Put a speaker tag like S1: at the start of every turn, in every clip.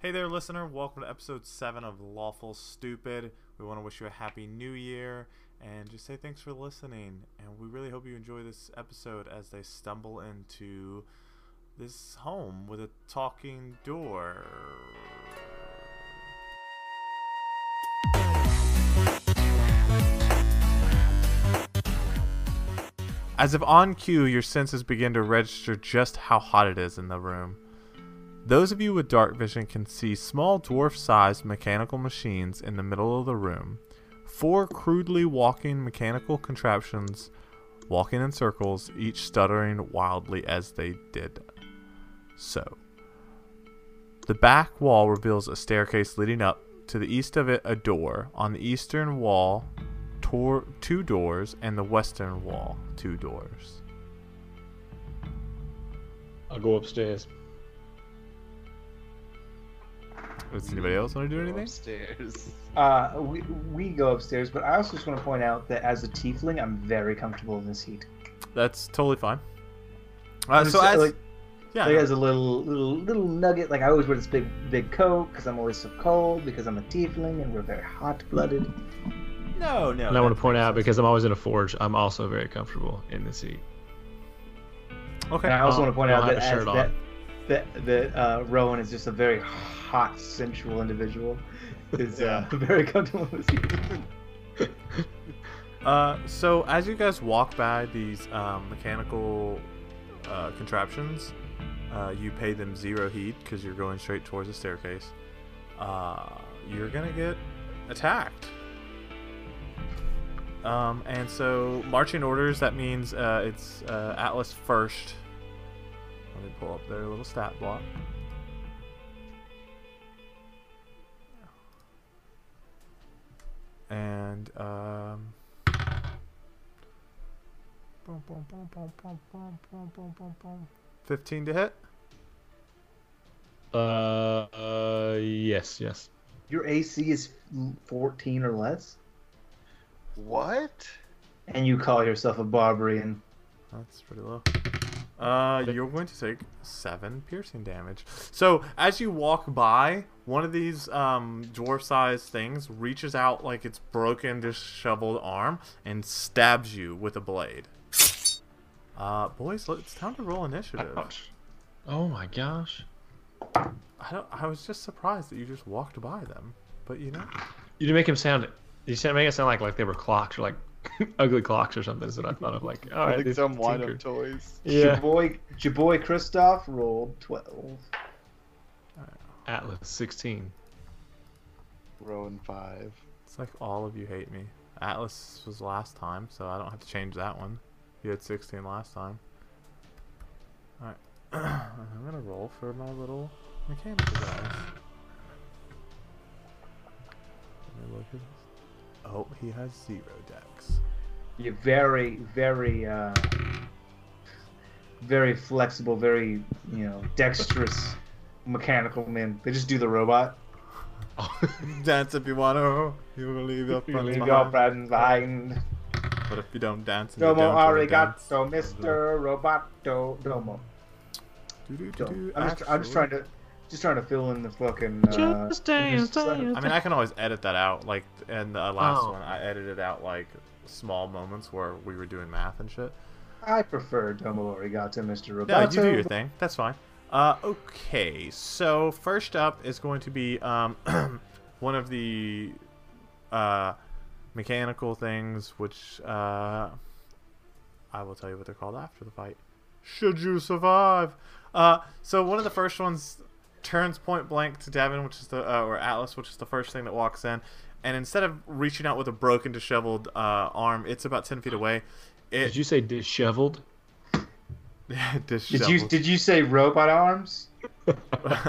S1: Hey there, listener. Welcome to episode 7 of Lawful Stupid. We want to wish you a happy new year and just say thanks for listening. And we really hope you enjoy this episode as they stumble into this home with a talking door. As if on cue, your senses begin to register just how hot it is in the room. Those of you with dark vision can see small dwarf sized mechanical machines in the middle of the room. Four crudely walking mechanical contraptions walking in circles, each stuttering wildly as they did so. The back wall reveals a staircase leading up. To the east of it, a door. On the eastern wall, tor- two doors, and the western wall, two doors.
S2: I'll go upstairs.
S1: Does anybody else want to do
S3: Go
S1: anything?
S3: Upstairs.
S4: Uh, we, we go upstairs, but I also just want to point out that as a tiefling, I'm very comfortable in this heat.
S1: That's totally fine. Uh,
S4: Just,
S1: so as
S4: like,
S1: yeah,
S4: like as a little little little nugget, like I always wear this big big coat because I'm always so cold because I'm a tiefling and we're very hot blooded.
S1: no, no.
S2: And I want to point out because I'm always in a forge, I'm also very comfortable in the seat.
S1: Okay.
S4: And I also
S2: I'll-
S4: want to point
S2: I'll
S4: out
S2: have
S4: that,
S2: a
S4: as,
S2: shirt on.
S4: that that that uh, Rowan is just a very hot, sensual individual. Is uh, very comfortable in this heat.
S1: Uh, so as you guys walk by these um, mechanical uh, contraptions, uh, you pay them zero heed because you're going straight towards the staircase. Uh, you're gonna get attacked. Um, and so marching orders. That means uh, it's uh, Atlas first. Let me pull up their little stat block. And um, Boom, boom, boom, boom, boom, boom, boom, boom, boom, boom. 15 to hit.
S2: Uh, uh, yes, yes.
S4: Your AC is 14 or less,
S3: What?
S4: and you call yourself a barbarian.
S1: That's pretty low. Uh, you're going to take seven piercing damage. So as you walk by, one of these um, dwarf-sized things reaches out like its broken, disheveled arm and stabs you with a blade. Uh, boys, let- it's time to roll initiative.
S2: Oh my gosh.
S1: I, don't, I was just surprised that you just walked by them, but you know.
S2: You didn't make him sound. You sound make it sound like like they were clocks or like ugly clocks or something. That's what I thought of. Like, all right,
S3: like
S2: these
S3: some wind
S2: tinker.
S3: up toys.
S4: Your
S2: Yeah.
S4: boy, your boy Christoph rolled twelve.
S2: Atlas 16.
S3: Rowan five.
S1: It's like all of you hate me. Atlas was last time, so I don't have to change that one. You had 16 last time. Alright. I'm gonna roll for my little mechanical guys. Let me look at this. Oh, he has zero decks.
S4: You're very, very, uh, very flexible, very you know dexterous mechanical men. They just do the robot.
S2: Oh.
S1: Dance if you wanna, you will leave your friends
S4: Leave your
S1: behind.
S4: friends behind.
S1: But if you don't dance, then you
S4: Domo
S1: don't wanna dance.
S4: arigato, Mr. Roboto Domo.
S1: Do-do-do-do.
S4: Domo. I'm just, I'm just
S1: Actually-
S4: trying to, just trying to fill in the fucking. Uh,
S2: Just dance, dance.
S1: I mean, I can always edit that out. Like in the last
S2: Oh.
S1: one, I edited out like small moments where we were doing math and shit.
S4: I prefer Domo arigato, Mr. Roboto.
S1: No, you do your thing. That's fine. Uh, okay, so first up is going to be um, one of the uh, mechanical things, which uh, I will tell you what they're called after the fight. Should you survive? Uh, so one of the first ones turns point blank to Devin, which is the uh, or Atlas, which is the first thing that walks in, and instead of reaching out with a broken, disheveled uh, arm, it's about ten feet away.
S2: Did
S1: It
S2: you say disheveled?
S4: Did
S1: disheveled.
S4: you did you say robot arms?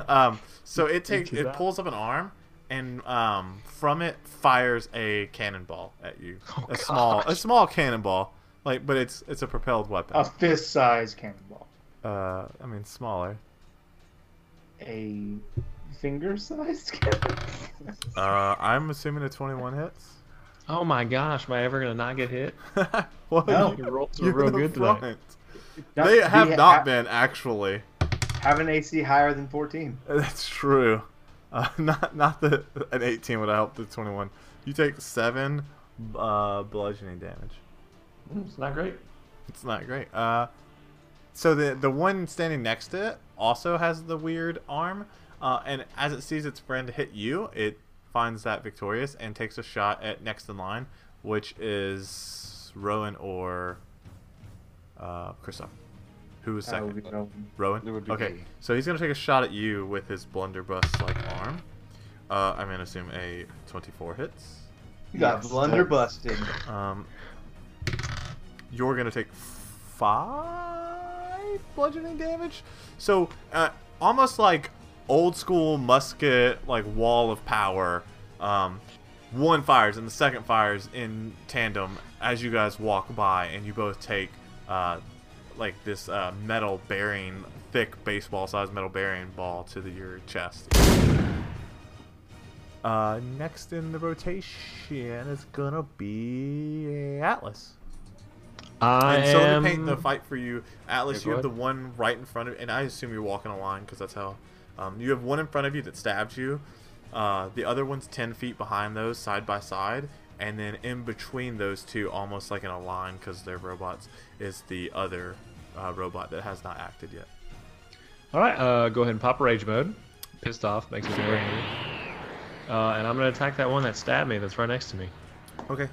S1: um, so it takes
S2: Reaches
S1: it
S2: out.
S1: pulls up an arm and um, from it fires a cannonball at you.
S2: Oh,
S1: a small a
S2: gosh.
S1: small cannonball. Like but it's it's a propelled
S4: A
S1: weapon.
S4: fist-sized cannonball.
S1: Uh, I mean smaller.
S4: a finger-sized cannonball.
S1: Uh, I'm assuming a 21 hits.
S2: Oh my gosh, am I ever gonna not get hit?
S1: well,
S4: No.
S2: Your rolls were
S1: you're
S2: real
S1: the
S2: good today.
S1: front. They have not been actually.
S4: Have an AC higher than 14.
S1: That's true. Uh, not not the an 18 would have helped the 21. You take seven uh, bludgeoning damage.
S2: Mm, It's not great.
S1: It's not great. Uh, so the the one standing next to it also has the weird arm, uh, and as it sees its friend hit you, it finds that victorious and takes a shot at next in line, which is Rowan or uh, Christoph. Who is
S4: I will
S1: second?
S4: be Rowan.
S1: Rowan.
S3: It would be
S1: okay,
S3: me.
S1: so he's gonna take a shot at you with his blunderbuss like arm. Uh, I'm gonna assume a 24 hits.
S4: You got
S3: Yes.
S4: blunder busted.
S1: Um, you're gonna take five bludgeoning damage. So uh, almost like old school musket, like wall of power. Um, one fires and the second fires in tandem as you guys walk by, and you both take uh, like this uh, metal bearing, thick baseball-sized metal bearing ball to the, your chest. Uh, next in the rotation is gonna be Atlas.
S2: I
S1: And so
S2: am.
S1: let me paint the fight for you, Atlas.
S2: Yeah,
S1: you
S2: go
S1: have the
S2: ahead.
S1: one right in front of, and I assume you're walking a line because that's how. Um, you have one in front of you that stabbed you. Uh, the other one's ten feet behind those, side by side, and then in between those two, almost like in a line because they're robots, is the other uh, robot that has not acted yet.
S2: All right, uh, go ahead and pop rage mode. Pissed off makes me very angry. Uh, and I'm gonna attack that one that stabbed me. That's right next to me.
S1: Okay.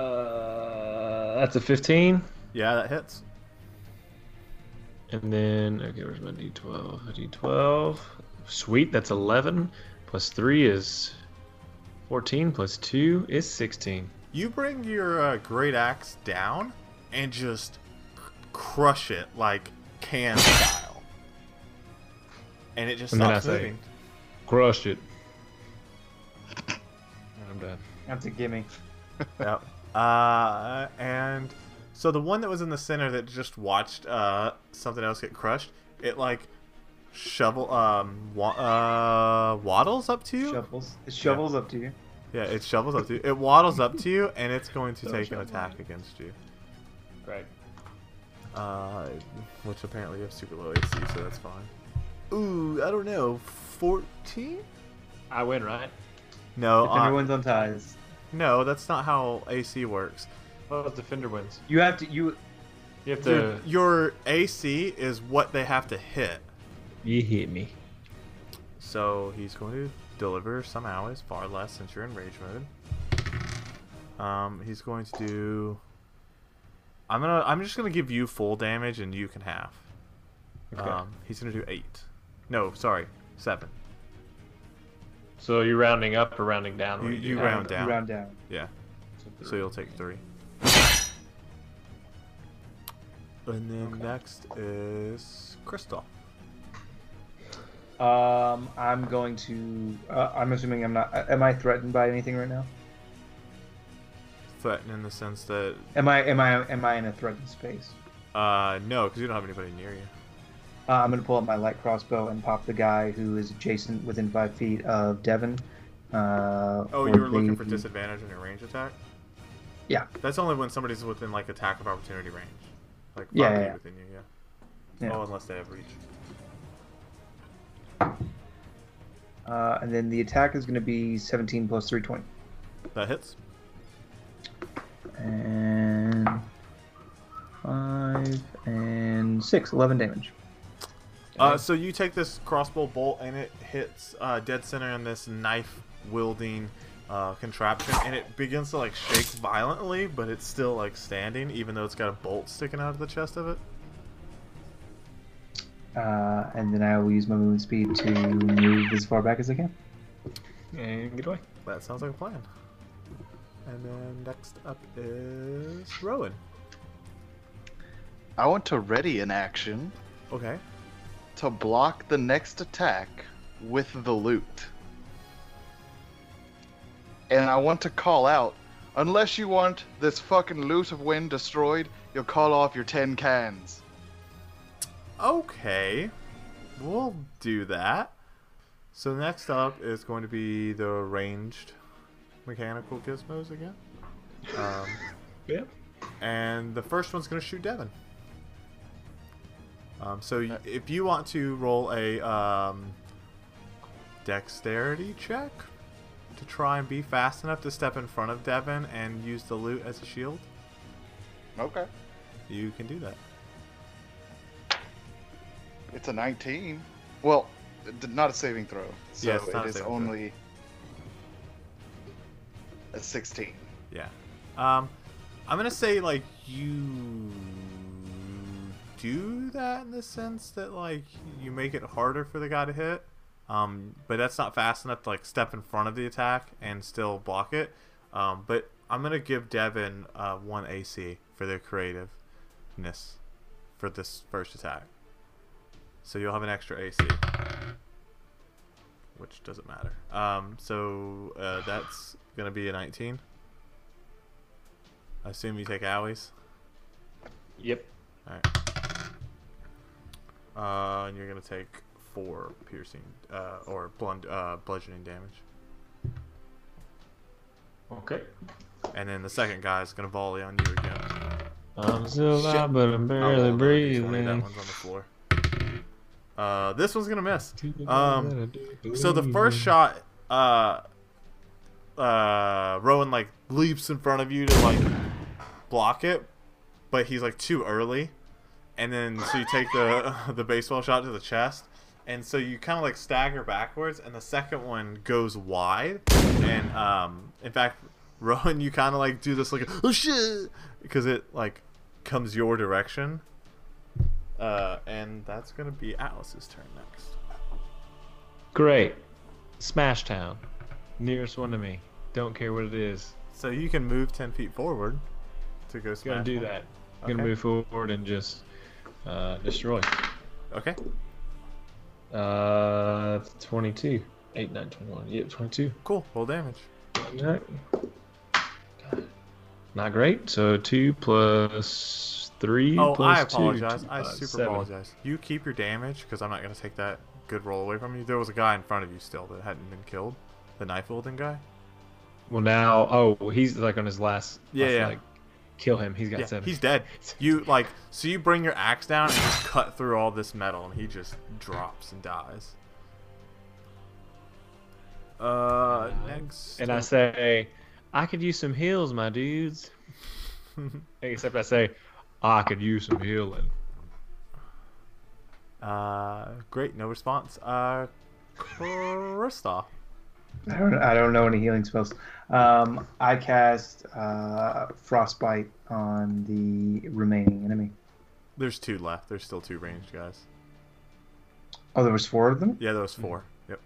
S2: Uh, that's a 15.
S1: Yeah, that hits.
S2: And then, okay, where's my d12? A d12. Sweet, that's 11. Plus 3 is 14. Plus 2 is 16.
S1: You bring your uh, great axe down and just crush it like can style, and it just
S2: And then I
S1: stops
S2: say-
S1: moving.
S2: Crushed it. I'm done.
S4: That's a gimme.
S1: yep. Uh, and so the one that was in the center that just watched uh, something else get crushed, it like shovel um wa- uh, waddles up to you.
S4: Shovels. Shovels up to you.
S1: Yeah, it shovels up to you. It waddles up to you, and it's going to
S4: Don't
S1: take an
S4: shovel.
S1: attack against you.
S2: Great.
S1: Uh, which apparently you have super low AC, so that's fine. Ooh, I don't know, fourteen?
S2: I win, right?
S1: No,
S4: If
S1: uh,
S4: everyone's on ties,
S1: no, that's not how AC works.
S2: Well, the defender wins.
S4: you have to. You
S2: You have to.
S1: Dude, your AC is what they have to hit.
S2: You hit me.
S1: So he's going to deliver some hours, far less since you're in rage mode. Um, he's going to do. I'm gonna. I'm just gonna give you full damage, and you can half. Um, he's gonna do eight. No, sorry, seven.
S2: So you're rounding up or rounding down? What
S1: You-
S2: do
S1: you
S2: do?
S1: round down.
S4: uh, Round down.
S1: Yeah. So you'll take three. And then next is Crystal.
S4: Um, I'm going to. Uh, I'm assuming I'm not. Am I threatened by anything right now?
S1: Threaten in the sense that
S4: Am I? Am I? Am I in a threatened space?
S1: uh, no, because you don't have anybody near you.
S4: Uh, I'm going to pull up my light crossbow and pop the guy who is adjacent within five feet of Devin. Uh,
S1: Oh, you were looking
S4: the-
S1: for disadvantage on your range attack?
S4: Yeah.
S1: That's only when somebody's within like attack of opportunity range. Like
S4: Yeah,
S1: properly
S4: yeah, yeah.
S1: within you, yeah.
S4: Yeah.
S1: Oh, unless they have reach. Oh.
S4: Uh, and then the attack is going to be 17 plus 320.
S1: That hits.
S4: And 5 and 6, 11 damage.
S1: Uh, so you take this crossbow bolt and it hits uh, dead center in this knife wielding uh, contraption, and it begins to like shake violently, but it's still like standing, even though it's got a bolt sticking out of the chest of it.
S4: Uh, and then I will use my movement speed to move as far back as I can.
S2: And get away.
S1: That sounds like a plan. And then next up is Rowan.
S3: I want to ready an action
S1: Okay.
S3: to block the next attack with the loot. And I want to call out, unless you want this fucking loot of wind destroyed, you'll call off your ten cans.
S1: Okay. We'll do that. So next up is going to be the ranged mechanical gizmos again. Um,
S2: Yeah.
S1: and the first one's going to shoot Devin. Um, so y- if you want to roll a um, dexterity check to try and be fast enough to step in front of Devin and use the loot as a shield.
S3: Okay.
S1: You can do that.
S3: It's a 19. Well, d- not a saving throw. So
S1: Yeah, it's not
S3: it
S1: a
S3: is
S1: saving throw.
S3: only a 16.
S1: Yeah. Um, I'm gonna say like you do that in the sense that like you make it harder for the guy to hit. Um, but that's not fast enough to like step in front of the attack and still block it. Um, but I'm gonna give Devin uh, one AC for their creativeness for this first attack. So you'll have an extra AC, which doesn't matter. Um, so uh, that's gonna be a 19. I assume you take Allie's.
S2: Yep.
S1: Alright. Uh, and you're gonna take four piercing, uh, or blund- uh, bludgeoning damage.
S2: Okay.
S1: And then the second guy is gonna volley on you again.
S2: I'm still
S1: Shit.
S2: alive, Um, but I'm
S1: Oh,
S2: barely
S1: hold on, D20,
S2: breathing.
S1: That one's on the floor. Uh, this one's gonna miss. Um, So the first shot, uh, uh, Rowan like leaps in front of you to like block it, but he's like too early, and then so you take the the baseball shot to the chest, and so you kind of like stagger backwards, and the second one goes wide, and um, in fact, Rowan, you kind of like do this like oh shit, because it like comes your direction. Uh, and that's gonna be Alice's turn next.
S2: Great. Smash Town. Nearest one to me. Don't care what it is.
S1: So you can move ten feet forward to go.
S2: Gonna
S1: Smash
S2: do
S1: one.
S2: that. Gonna
S1: Okay.
S2: move forward and just uh, destroy.
S1: Okay.
S2: Uh, 22. 8, 9, 21. Yep, 22.
S1: Cool. Roll damage.
S2: Alright. Not great. So 2 plus 3
S1: Oh,
S2: plus
S1: I
S2: 2,
S1: apologize. I
S2: uh,
S1: super
S2: seven.
S1: apologize. You keep your damage because I'm not gonna take that good roll away from you. There was a guy in front of you still that hadn't been killed. The knife wielding guy.
S2: Well, now, oh, he's like on his last.
S1: Yeah,
S2: last,
S1: yeah.
S2: Like, kill him. He's got
S1: Yeah,
S2: 7.
S1: he's dead. You like so you bring your axe down and just cut through all this metal, and he just drops and dies. Uh, next.
S2: And I say, I could use some heals, my dudes. Except I say, I could use some healing.
S1: Uh, great. No response. Uh, Kristoff.
S4: I don't. I don't know any healing spells. Um, I cast uh, frostbite on the remaining enemy.
S1: There's two left. There's still two ranged guys.
S4: Oh, there was four of them.
S1: Yeah, there was four. Yep.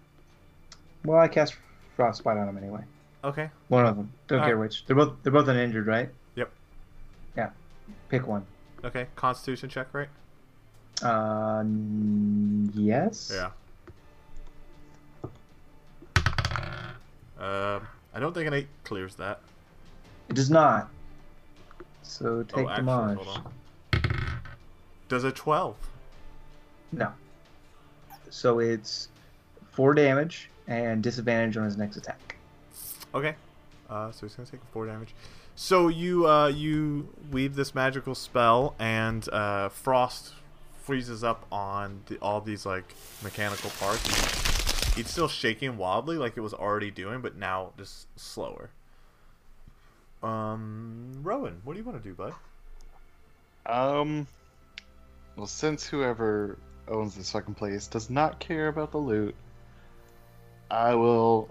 S4: Well, I cast frostbite on them anyway.
S1: Okay.
S4: One of them. Don't
S1: All
S4: care which. They're both. They're both uninjured, right?
S1: Ah. Yep.
S4: Yeah. Pick one.
S1: Okay. Constitution check, right?
S4: Uh, n- yes.
S1: Yeah. Um, I don't think an eight clears that.
S4: It does not. So take
S1: oh, actually,
S4: damage.
S1: hold on. Does a twelve?
S4: No. So it's four damage and disadvantage on his next attack.
S1: Okay. Uh, so he's gonna take four damage. So you uh, you weave this magical spell, and uh, frost freezes up on the, all these like mechanical parts. It's still shaking wildly, like it was already doing, but now just slower. Um, Rowan, what do you want to do, bud?
S3: Um. Well, since whoever owns this fucking place does not care about the loot, I will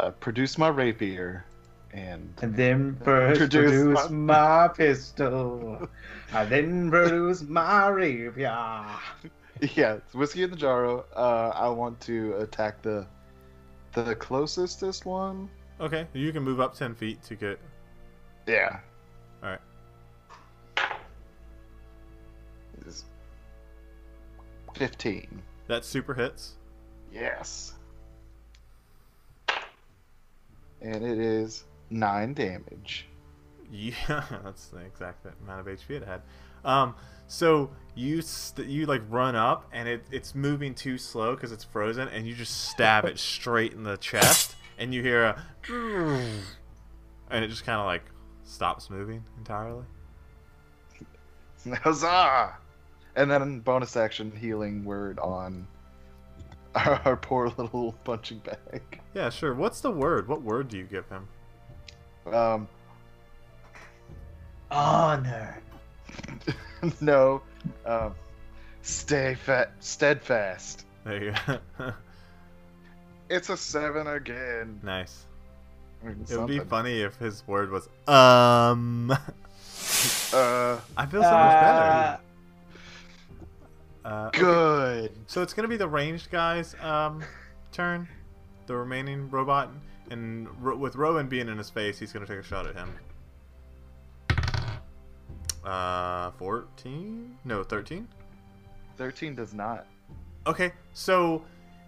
S3: uh, produce my rapier and
S4: And then first
S3: Produce
S4: produce, my... pistol. I then produce my rapier.
S3: yeah, it's whiskey in the jar. Uh, I want to attack the the closestest one.
S1: Okay, you can move up ten feet to get.
S3: Yeah.
S1: All right.
S3: It's Fifteen.
S1: That super hits.
S3: Yes. And it is nine damage.
S1: Yeah, that's the exact amount of HP it had. Um, so you st- you like run up and it it's moving too slow because it's frozen, and you just stab it straight in the chest, and you hear a, and it just kind of like stops moving entirely.
S3: Huzzah! And then bonus action healing word on our, our poor little punching bag.
S1: Yeah, sure. What's the word? What word do you give him?
S3: Um,
S4: Honor.
S3: no, um, stay fat, steadfast.
S1: There you go.
S3: It's a seven again.
S1: nice.
S3: I mean,
S1: It would be
S3: something.
S1: funny if his word was um.
S3: Uh,
S1: I feel so much better.
S4: Uh,
S1: Uh,
S3: good.
S1: So it's gonna be the ranged guys' um, turn, the remaining robot, and Ro- with Rowan being in his face, he's gonna take a shot at him. Uh, fourteen? No, thirteen.
S3: Thirteen does not.
S1: Okay, so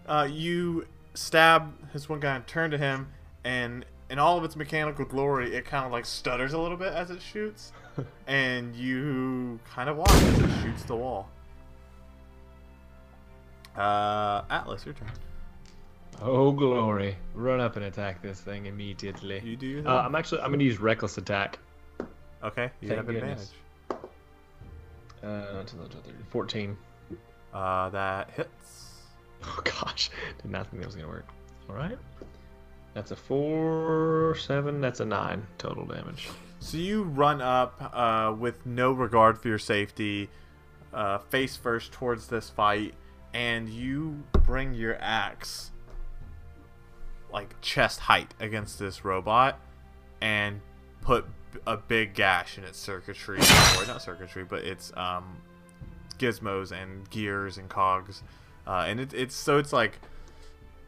S1: uh, you stab his one guy and turn to him, and in all of its mechanical glory, it kind of like stutters a little bit as it shoots, and you kind of watch as it shoots the wall. Uh, Atlas, your turn.
S2: Oh glory! Run up and attack this thing immediately.
S1: You do. your
S2: Uh,
S1: thing.
S2: I'm actually I'm gonna use reckless attack.
S1: okay, you
S2: thank
S1: have
S2: goodness.
S1: advantage.
S2: Uh, to the- to the- 14.
S1: Uh, that hits.
S2: Oh gosh, did not think that was gonna work. All right, that's a four, seven. That's a nine total damage.
S1: So you run up uh, with no regard for your safety, uh, face first towards this fight, and you bring your axe like chest height against this robot and put b- a big gash in its circuitry, or not circuitry, but its um, gizmos and gears and cogs. Uh, and it, it's so it's like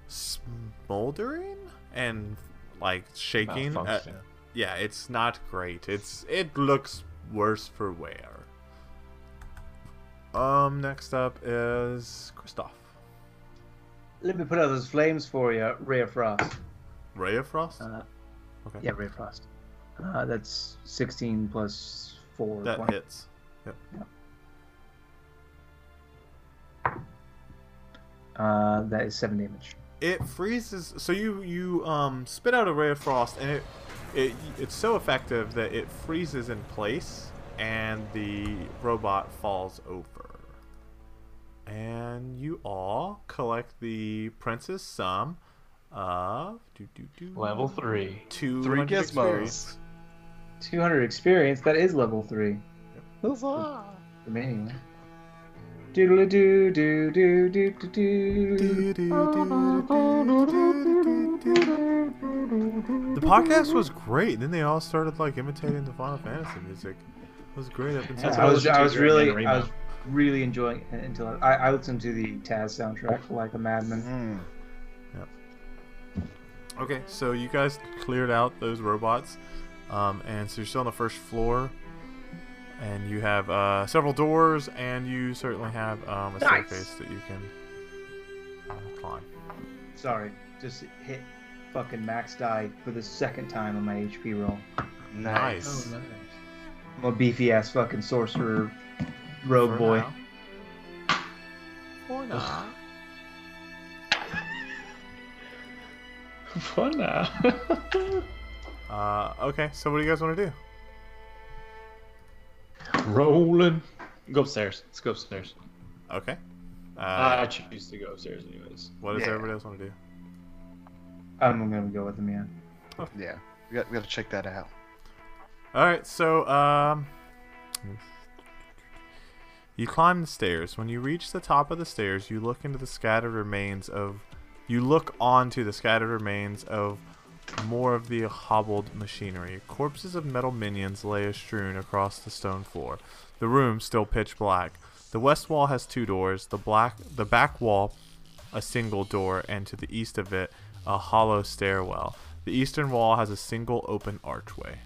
S1: smoldering and like shaking. Uh,
S2: Malfunction.
S1: yeah, it's not great. It's it looks worse for wear. Um, next up is Kristoff.
S4: Let me put out those flames for you, Ray of Frost.
S1: Ray of Frost.
S4: Uh,
S1: okay,
S4: Yeah, Ray of Frost. Uh, that's 16 plus 4.
S1: that
S4: 20.
S1: hits.
S4: Uh, that is 7 damage.
S1: It freezes. So you you um spit out a ray of frost, and it it it's so effective that it freezes in place, and the robot falls over. And you all collect the prince's sum of do, do, do,
S2: Level three.
S1: two
S3: Three
S1: experience.
S3: gizmos.
S4: 200 experience. That is level 3.
S3: Huzzah!
S4: For me, anyway. Doodle doo doo doo doo doo doo.
S1: The podcast was great. Then they all started like imitating the Final Fantasy music. It was great up until
S2: That's
S4: I
S2: what I
S4: was,
S2: listened
S4: I
S2: to
S4: was
S2: during
S4: really,
S2: Manorima.
S4: I was really enjoying it until I, I listened to the Taz soundtrack like a madman.
S3: Mm.
S1: Okay, so you guys cleared out those robots, um, and so you're still on the first floor, and you have uh, several doors, and you certainly have um, a
S4: Nice.
S1: staircase that you can uh, climb.
S4: Sorry, just hit fucking max die for the second time on my HP roll.
S1: Nice.
S2: Oh,
S4: I'm a beefy ass fucking sorcerer,
S1: For
S4: rogue Oh, boy.
S1: now. For now.
S2: Fun ah. now.
S1: Uh, okay, so what do you guys want to do?
S2: Rolling. Go upstairs. Let's go upstairs.
S1: Okay. Uh,
S2: I choose to go upstairs anyways.
S1: what does
S3: yeah.
S1: everybody else want to do?
S4: I'm gonna go with him, yeah.
S1: Oh,
S3: Yeah, we got, we got to check that out.
S1: All right, so um, you climb the stairs. When you reach the top of the stairs, you look into the scattered remains of. You look onto the scattered remains of more of the hobbled machinery. Corpses of metal minions lay strewn across the stone floor. The room still pitch black. The west wall has two doors. The black, the back wall a single door, and to the east of it, a hollow stairwell. The eastern wall has a single open archway.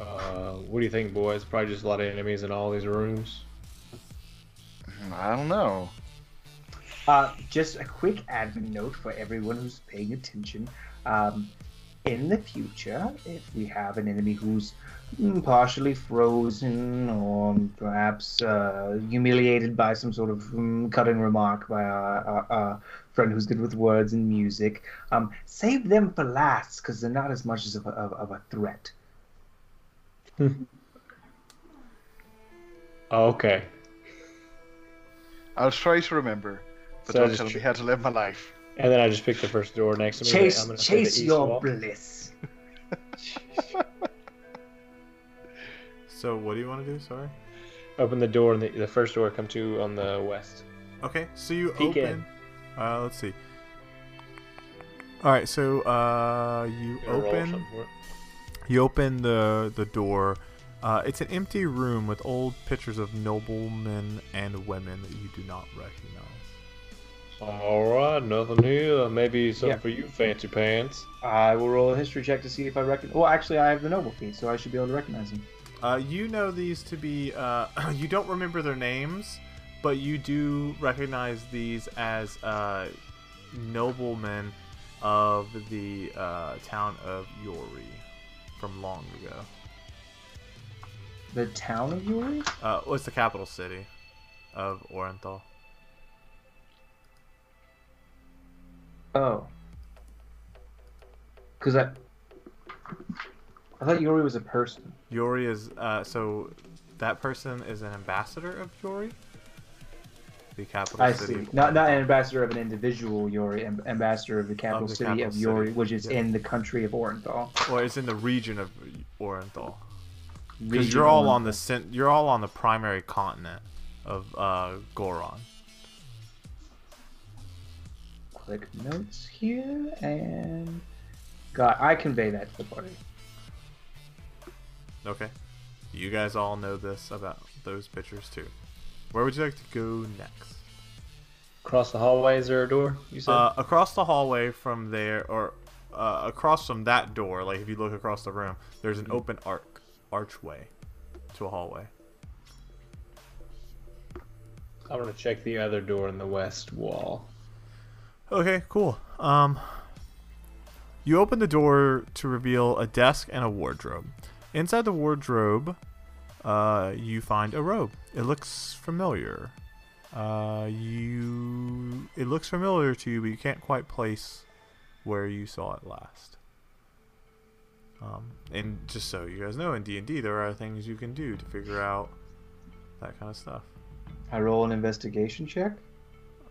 S2: Uh, what do you think, boys? Probably just a lot of enemies in all these rooms.
S3: I don't know.
S4: Uh, just a quick admin note for everyone who's paying attention. Um, in the future, if we have an enemy who's mm, partially frozen or perhaps uh, humiliated by some sort of mm, cutting remark by our, our, our friend who's good with words and music, um, save them for last because they're not as much as of a, of, of a threat.
S2: Okay.
S3: I'll try to remember, but
S2: So I
S3: don't
S2: just
S3: tell me
S2: tr-
S3: how to live my life.
S2: And then I just pick the first door next to me.
S4: Chase,
S2: I'm gonna say the
S4: chase
S2: east
S4: your
S2: wall.
S4: bliss.
S1: So what do you want to do? Sorry.
S2: Open the door, and the, the first door I come to on the west.
S1: Okay, so you
S2: Peek
S1: open.
S2: in.
S1: Uh, let's see. All right, so uh, you
S2: I'm gonna roll
S1: open.
S2: something for it.
S1: You open the the door. Uh, it's an empty room with old pictures of noblemen and women that you do not recognize.
S2: All right, nothing here. Maybe something
S4: Yeah.
S2: for you, fancy pants.
S4: I will roll a history check to see if I recognize. Well, actually, I have the noble feat, so I should be able to recognize him.
S1: Uh, you know these to be. Uh, you don't remember their names, but you do recognize these as uh, noblemen of the uh, town of Yori from long ago.
S4: The town of Yuri?
S1: Uh, what's the capital city of Orenthal?
S4: Oh. Because I. I thought Yuri was a person.
S1: Yori is uh, so that person is an ambassador of Yori, the capital
S4: I
S1: city.
S4: see.
S1: of
S4: Not not
S1: Orenthal.
S4: an ambassador of an individual Yuri, amb- ambassador of the capital
S1: the
S4: city
S1: capital
S4: of Yuri,
S1: city.
S4: which is
S1: Yeah.
S4: in the country of Orenthal.
S1: or it's in the region of Orenthal. Because you're all on the cent- you're all on the primary continent of uh, Goron.
S4: Click notes here and. God, I convey that to the party.
S1: Okay, you guys all know this about those pictures too. Where would you like to go next?
S2: Across the hallway, is there a door? You said.
S1: Uh, across the hallway from there, or uh, across from that door, like if you look across the room, there's an open arc archway to a hallway.
S2: I'm gonna check the other door in the west wall.
S1: Okay, cool. Um, you open the door to reveal a desk and a wardrobe. Inside the wardrobe, uh, you find a robe. It looks familiar. Uh, you, it looks familiar to you, but you can't quite place where you saw it last. Um, and just so you guys know, in D and D, there are things you can do to figure out that kind of stuff.
S4: I roll an investigation check.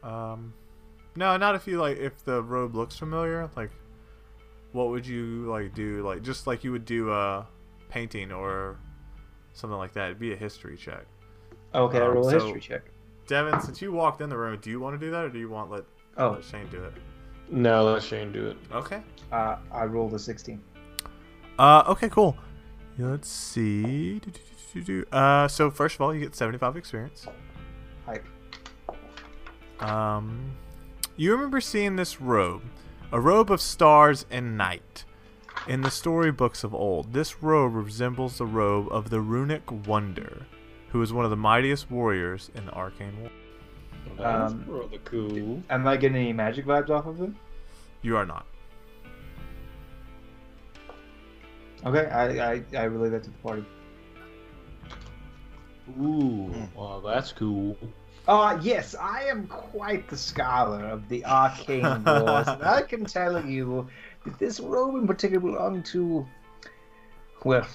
S1: Um, no, not if you like. If the robe looks familiar, like, what would you like do? Like, just like you would do a painting or something like that. It'd be a history check.
S4: Okay, I
S1: Um,
S4: roll a
S1: so-
S4: history check.
S1: Devin, since you walked in the room, do you want to do that, or do you want let,
S4: Oh,
S1: let Shane do it?
S2: No, let Shane do it.
S1: Okay.
S4: uh, I rolled a 16.
S1: Uh, okay, cool. Yeah, Let's see. Do, do, do, do, do. Uh, so first of all, you get seventy-five experience.
S4: Hype.
S1: Um, you remember seeing this robe, a robe of stars and night. In the storybooks of old, this robe resembles the robe of the runic wonder, who was one of the mightiest warriors in the arcane war.
S2: That's
S4: Um,
S2: rather cool.
S4: Am I getting any magic vibes off of them?
S1: You are not.
S4: Okay, I, I, I relay that to the party.
S2: Ooh, well, Hmm. that's cool.
S4: Ah, yes, I am quite the scholar of the arcane laws, and I can tell you that this robe in particular belonged to, well,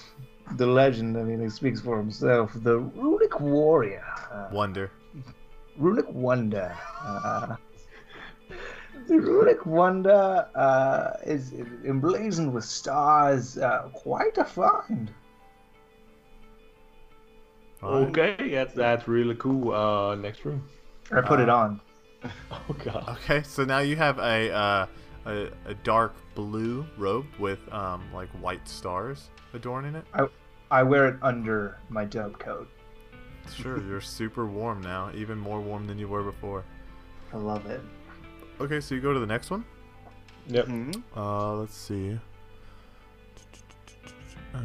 S4: the legend, I mean, it speaks for himself, the runic warrior, uh,
S1: Wonder.
S4: runic wonder. Uh, the runic wonder uh, is emblazoned with stars, uh, quite a find.
S1: Alright.
S2: Okay, that's that's really cool. Uh, next room.
S4: I put it on.
S2: Oh god.
S1: Okay, so now you have a uh, a, a dark blue robe with um like white stars adorning it.
S4: I wear it under my dub coat.
S1: Sure, you're super warm now, even more warm than you were before.
S4: I love it.
S1: Okay, so you go to the next one.
S2: Yep.
S3: Hmm?
S1: Uh, let's see. Uh,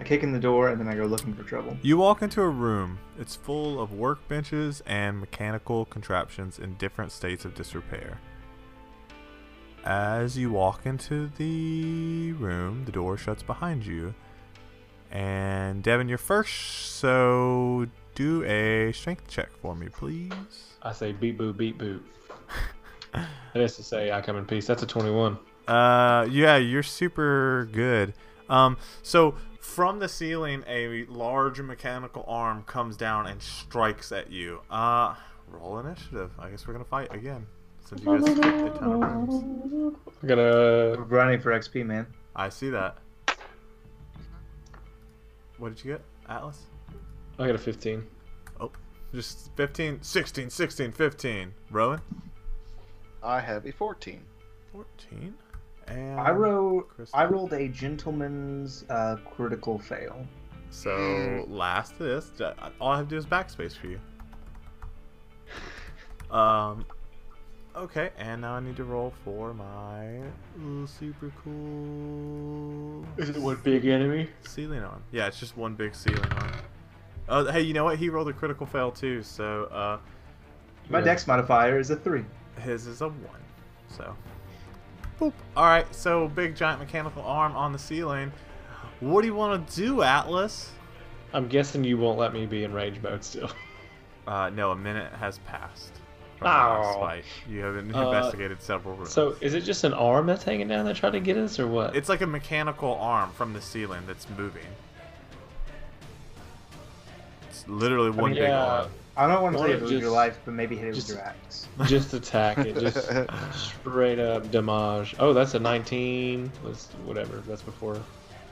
S4: I kick in the door and then I go looking for trouble.
S1: You walk into a room. It's full of workbenches and mechanical contraptions in different states of disrepair. As you walk into the room, the door shuts behind you. And Devin, you're first, so do a strength check for me, please.
S2: I say beep boo beep boo. that is to say, I come in peace. That's a twenty-one.
S1: Uh, yeah, you're super good. Um, so From the ceiling, a large mechanical arm comes down and strikes at you. Uh, roll initiative. I guess we're gonna fight again. Since you guys skipped a ton of rooms.
S2: We're gonna.
S4: We're running for XP, man.
S1: I see that. What did you get, Atlas?
S2: I got a 15.
S1: Oh, just 15, 16, 16, 15. Rowan?
S3: I have a 14.
S1: 14. And
S4: I rolled.
S1: Crystal.
S4: I rolled a gentleman's uh, critical fail.
S1: So last to this, ju- all I have to do is backspace for you. Um, okay, and now I need to roll for my ooh, super cool
S2: Is it one big enemy?
S1: ceiling arm. Yeah, it's just one big ceiling arm. Oh, hey, you know what? He rolled a critical fail too, so uh,
S4: My
S2: Yeah.
S4: dex modifier is a three.
S1: his is a one. So, boop. All right, so big giant mechanical arm on the ceiling. What do you want to do, Atlas?
S2: I'm guessing you won't let me be in rage mode still.
S1: Uh, no, a minute has passed. From the last
S2: Ow.
S1: fight. You have
S2: Uh,
S1: investigated several rooms.
S2: So is it just an arm that's hanging down there trying to get us, or what?
S1: it's like a mechanical arm from the ceiling that's moving. It's literally one
S4: mean,
S1: big
S2: yeah.
S1: arm.
S4: I don't want to
S2: Why
S4: say
S2: don't
S4: it was
S2: you
S4: your
S2: just-
S4: life, but maybe hit it
S2: just-
S4: with your axe.
S2: just attack it, just straight up damage. Oh, that's a 19. Let's whatever. That's before.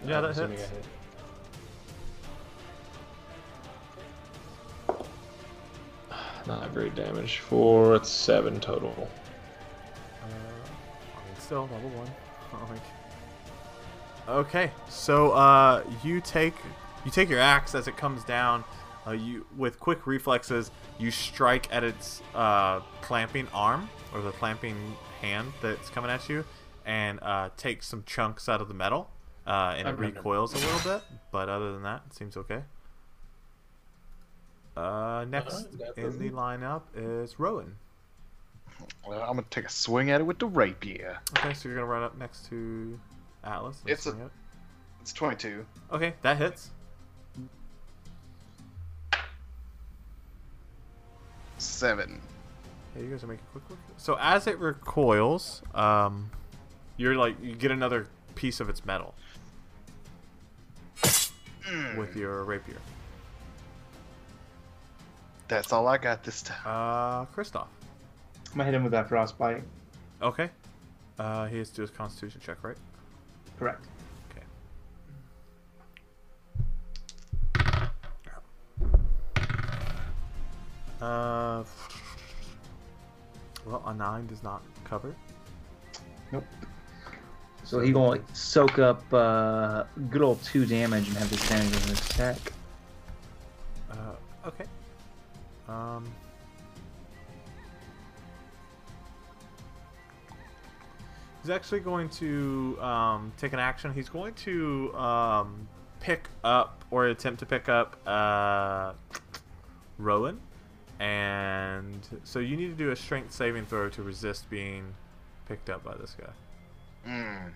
S1: Yeah,
S2: I'm
S1: that
S2: assuming
S1: hits.
S2: I hit. Not great damage for it's seven total.
S1: Uh, I mean, still level one. Like- Okay, so uh, you take you take your axe as it comes down. Uh, you with quick reflexes, you strike at its uh, clamping arm or the clamping hand that's coming at you, and uh, take some chunks out of the metal, uh, and it
S2: Okay.
S1: recoils a little bit. But other than that, it seems okay. Uh, next
S2: Alright, that
S1: in the
S2: doesn't-
S1: lineup is Rowan.
S3: Well, I'm gonna take a swing at it with the rapier.
S1: Okay, so you're gonna run up next to Atlas. and
S3: It's a-
S1: swing it.
S3: It's 22.
S1: Okay, that hits.
S3: Seven.
S1: Yeah, you guys are making quick work. So as it recoils, um, you're like you get another piece of its metal with your rapier.
S3: That's all I got this time.
S1: Uh, Kristoff.
S4: I'm gonna hit him with that frostbite.
S1: Okay. Uh, he has to do his Constitution check, right?
S4: Correct.
S1: Okay. Uh, well, a nine does not cover.
S4: Nope. So he gonna soak up uh, good old two damage and have disadvantage on his attack.
S1: Uh, okay. Um. He's actually going to um, take an action. He's going to um, pick up or attempt to pick up uh, Rowan, and so you need to do a strength saving throw to resist being picked up by this guy.
S3: Mm.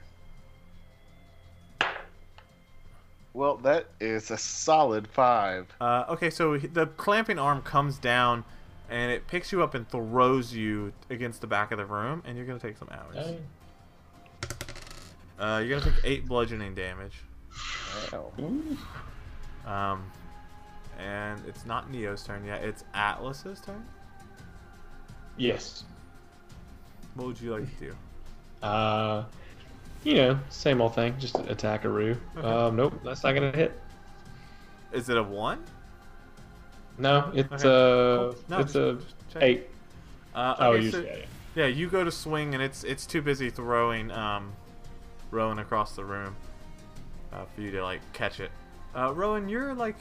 S3: Well, that is a solid five.
S1: Uh, okay, so he- the clamping arm comes down and it picks you up and throws you against the back of the room, and you're going to take some hours.
S2: Dang.
S1: Uh, you're going to take eight bludgeoning damage. Um, and it's not Neo's turn yet, it's Atlas's turn.
S2: Yes.
S1: What would you like to do?
S2: Uh, you know, same old thing. Just attack a Roo.
S1: Okay.
S2: Um, nope, that's not gonna hit.
S1: Is it a one?
S2: No, it's
S1: Okay,
S2: uh,
S1: cool. No,
S2: it's a
S1: just- just check.
S2: eight.
S1: Uh, okay,
S2: Oh, you
S1: so-
S2: yeah, yeah.
S1: Yeah, you go to swing, and it's it's too busy throwing um, Rowan across the room uh, for you to like catch it. Uh, Rowan, you're like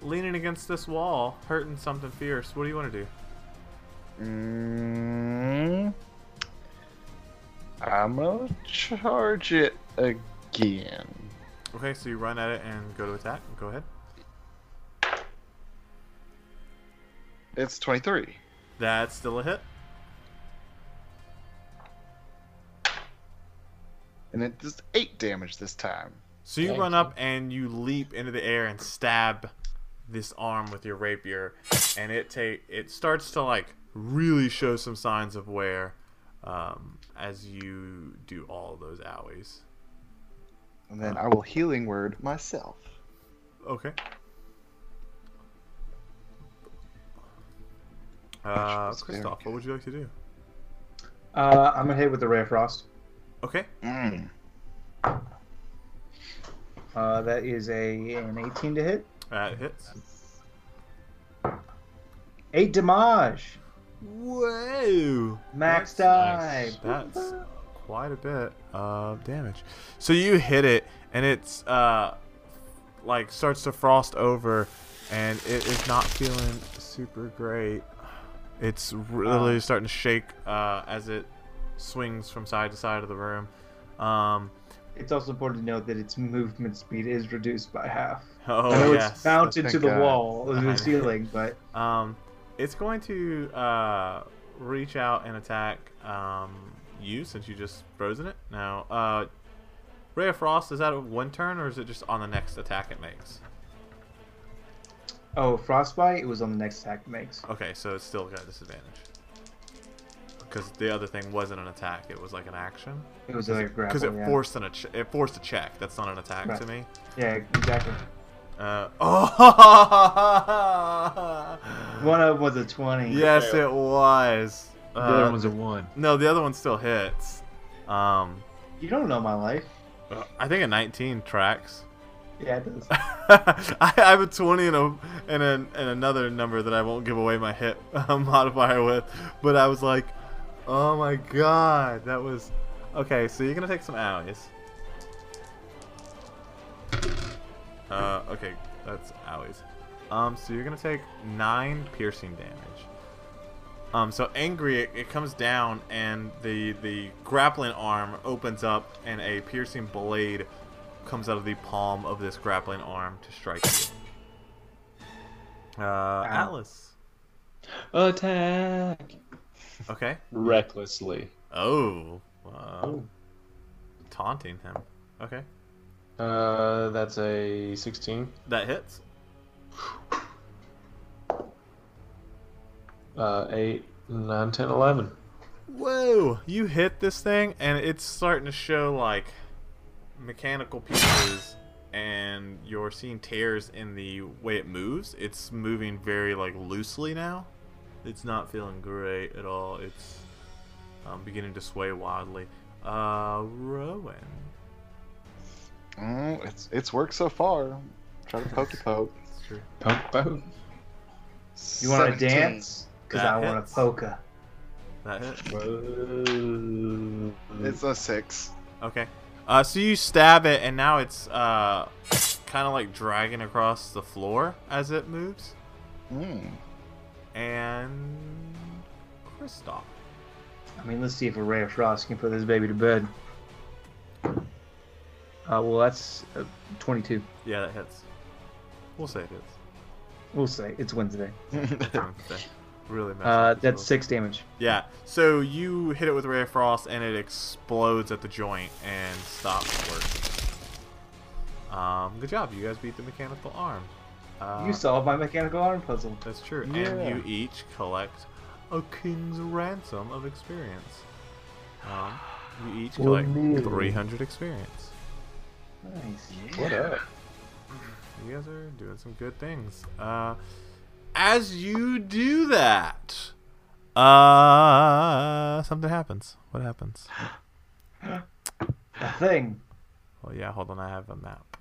S1: leaning against this wall, hurting something fierce. What do you want to do?
S3: Mm. I'm gonna charge it again.
S1: Okay, so you run at it and go to attack. Go ahead.
S3: It's 23.
S1: That's still a hit.
S3: And it does eight damage this time.
S1: So you
S2: Thank
S1: run
S2: you.
S1: up and you leap into the air and stab this arm with your rapier, and it take it starts to like really show some signs of wear um, as you do all those owies.
S3: And then I will healing word myself.
S1: Okay. Uh,
S3: was very
S1: Christoph, what would you like to do?
S4: Uh, I'm gonna hit with the ray of frost.
S1: Okay.
S3: Mm.
S4: Uh, that is a an 18 to hit.
S1: Uh, it hits.
S4: Eight damage.
S1: Whoa!
S4: Max die.
S2: Nice.
S1: That's quite a bit of damage. So you hit it, and it's uh, like starts to frost over, and it is not feeling super great. It's really starting to shake uh, as it swings from side to side of the room. Um,
S4: It's also important to note that its movement speed is reduced by half.
S1: oh
S4: I know
S1: yes,
S4: it's mounted
S3: thank
S4: to the
S3: God.
S4: wall, to
S1: I know.
S4: the ceiling, but
S1: Um, it's going to uh, reach out and attack um, you since you just frozen it. Now, uh, Ray of Frost, is that a one turn or is it just on the next attack it makes?
S4: oh, frostbite. It was on the next attack it makes.
S1: Okay, so it's still got disadvantage. Because the other thing wasn't an attack; it was like an action.
S4: It was like a grapple.
S1: Because it
S4: yeah.
S1: forced an a it forced a check. That's not an attack
S4: Right.
S1: to me.
S4: Yeah, exactly.
S1: Uh, oh,
S4: One of them was a 20.
S1: yes, it was.
S2: The other
S1: Uh,
S2: one's a one.
S1: No, the other one still hits. Um,
S4: You don't know my life.
S1: I think a 19 tracks.
S4: Yeah, it does.
S1: I I have a 20 and a and, a, and another number that I won't give away my hit um, modifier with, but I was like, oh my god, that was okay. So you're gonna take some alleys. Uh, okay, that's alleys. Um, so you're gonna take nine piercing damage. Um, so angry, it, it comes down and the the grappling arm opens up and a piercing blade comes out of the palm of this grappling arm to strike you. Uh, Atlas.
S2: Attack
S1: Okay.
S2: recklessly.
S1: Oh. Uh, Taunting him. Okay.
S2: Uh, that's a sixteen.
S1: That hits.
S2: Uh, eight, nine, ten, eleven.
S1: Whoa! You hit this thing, and it's starting to show like mechanical pieces, and you're seeing tears in the way it moves. It's moving very like loosely now. It's not feeling great at all. It's um, beginning to sway wildly. Uh, Rowan.
S3: Mm, it's it's worked so far. Try to poke a poke.
S1: That's true.
S2: Poke, poke.
S4: You want to
S3: 17.
S4: dance? Because
S1: That
S4: I want
S1: hits.
S4: to poker.
S1: That hit.
S2: Whoa.
S3: It's a six.
S1: Okay. Uh, so you stab it, and now it's uh, kind of like dragging across the floor as it moves.
S3: Mm.
S1: And Kristoff.
S4: I mean, let's see if a ray of frost can put this baby to bed. Uh, well, that's uh, 22.
S1: Yeah, that hits. We'll say it hits.
S4: We'll say it's Wednesday.
S1: That really messed
S4: Uh,
S1: up this
S4: that's
S1: roll.
S4: six damage.
S1: Yeah. So you hit it with Ray of Frost, and it explodes at the joint and stops working. Um, good job. You guys beat the mechanical arm. Uh,
S4: you solved my mechanical arm puzzle.
S1: That's true.
S3: Yeah.
S1: And you each collect a king's ransom of experience. Um, you each
S2: Well,
S1: collect
S2: really?
S1: 300 experience.
S4: Nice.
S2: What up?
S1: You guys are doing some good things. Uh, as you do that, uh, something happens. What happens?
S4: A thing.
S1: Well, yeah, hold on. I have a map.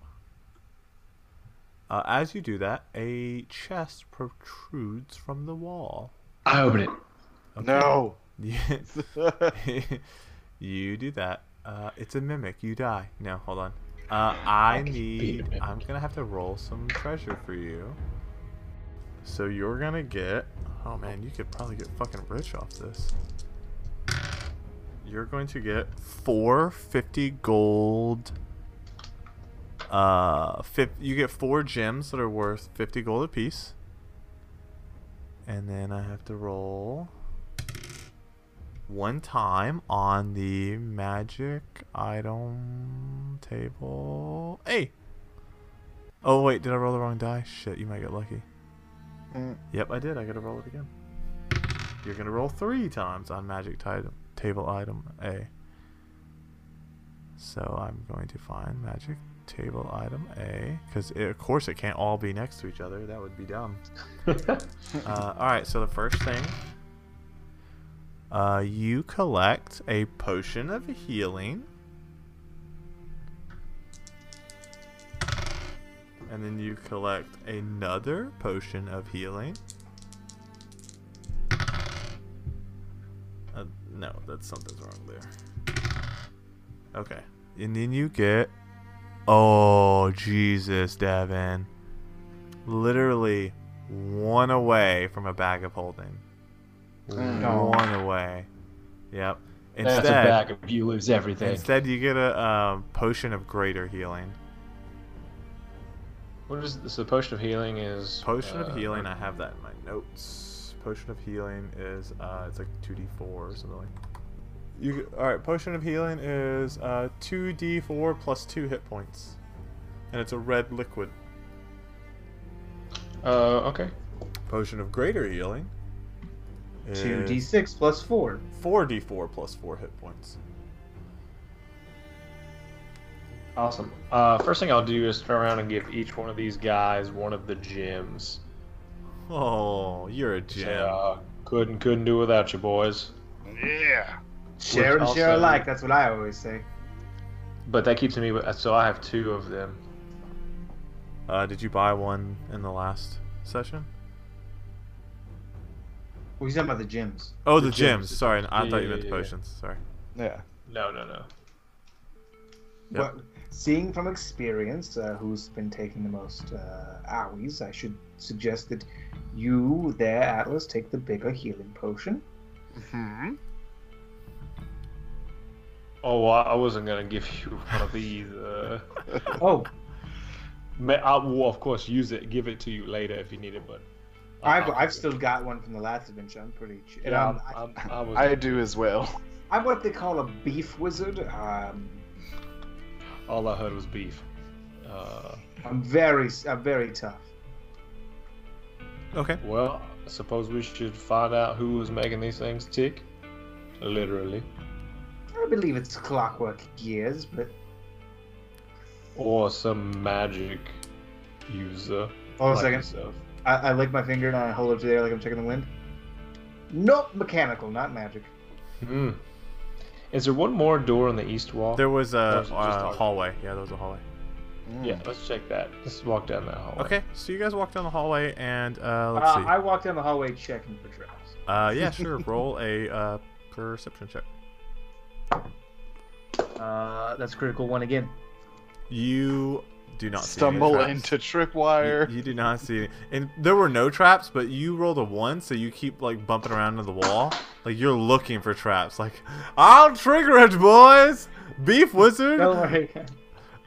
S1: Uh, as you do that, a chest protrudes from the wall.
S2: I open it.
S3: No.
S1: Yeah. you do that. Uh, it's a mimic. You die. No, hold on. Uh, I need.
S2: mimic.
S1: I'm gonna have to roll some treasure for you. So you're gonna get. Oh man, you could probably get fucking rich off this. You're going to get four fifty gold. Uh, fif- you get four gems that are worth fifty gold apiece. And then I have to roll one time on the magic item table. Hey! Oh, wait, did I roll the wrong die? Shit, you might get lucky.
S3: Mm.
S1: Yep, I did. I gotta roll it again. You're gonna roll three times on magic ti- table item A. So I'm going to find magic table item A because of course it can't all be next to each other. That would be dumb. Uh, all right, so the first thing, uh, you collect a potion of healing, and then you collect another potion of healing. Uh, no, that's something's wrong there. Okay, and then you get. Oh Jesus, Devin! Literally one away from a bag of holding.
S3: Mm.
S1: One away. Yep.
S2: Oh. That's a
S1: Instead,
S2: bag of you lose everything.
S1: instead you get a um, potion of greater healing.
S2: What is this? The potion of healing is
S1: Potion
S2: uh,
S1: of healing. I have that in my notes. Potion of healing is uh, it's like two d four or something. Like. You all right? Potion of healing is uh two d four plus two hit points, and it's a red liquid.
S2: Uh, okay.
S1: Potion of greater healing.
S4: Two
S1: is-
S4: D six plus four.
S1: four d four plus four hit points.
S2: Awesome. Uh, first thing I'll do is turn around and give each one of these guys one of the gems.
S1: Oh, you're a gem.
S2: Say, uh, couldn't couldn't do without you boys.
S3: Yeah.
S4: Share and
S2: Which
S4: share
S2: also-
S4: alike. That's what I always say.
S2: But that keeps me. with- So I have two of them.
S1: Uh, did you buy one in the last session?
S4: Well, he's talking about the gyms.
S1: Oh, the,
S2: The
S1: gems.
S2: gems.
S1: Sorry, I
S2: Yeah,
S1: thought you
S2: yeah,
S1: meant the
S2: yeah, yeah.
S1: potions. Sorry.
S3: Yeah.
S2: No, no, no.
S1: Yep.
S4: But seeing from experience uh, who's been taking the most uh, owies, I should suggest that you there, Atlas, take the bigger healing potion.
S3: Mm-hmm.
S2: Oh, well, I wasn't gonna give you one of these. Uh,
S4: Oh,
S2: ma- I will of course use it, give it to you later if you need it. But
S4: I've, I've still got one from the last adventure. I'm pretty. Ch- and
S2: Yeah, uh,
S4: I'm,
S2: I'm,
S4: I,
S2: I'm, I was.
S3: I do as well.
S4: I'm what they call a beef wizard. Um,
S2: all I heard was beef. Uh,
S4: I'm very, I'm very tough.
S1: Okay.
S2: well, I suppose we should find out who was making these things tick. Literally.
S4: I believe it's clockwork gears, but
S2: or some magic user.
S4: hold on a
S2: like
S4: second.
S2: yourself.
S4: I, I lick my finger and I hold it to the air like I'm checking the wind. Nope, mechanical, not magic.
S2: Hmm. Is there one more door on the east wall?
S1: There was a
S2: Those are just
S1: uh,
S2: hard.
S1: hallway. Yeah, there was a hallway.
S3: Mm.
S2: Yeah, let's check that. Let's walk down that hallway.
S1: Okay, so you guys walk down the hallway, and uh,
S4: Uh,
S1: let's
S4: I walk down the hallway checking for traps.
S1: see. Uh, yeah, sure. Roll a uh, perception check.
S4: Uh, that's critical one again.
S1: You do not see any
S3: Stumble
S1: traps.
S3: into
S1: You,
S3: tripwire.
S1: you do not see, any. and there were no traps, but you rolled a one, so you keep like bumping around into the wall, like you're looking for traps. Like, I'll trigger it, boys. Beef wizard.
S4: Don't worry.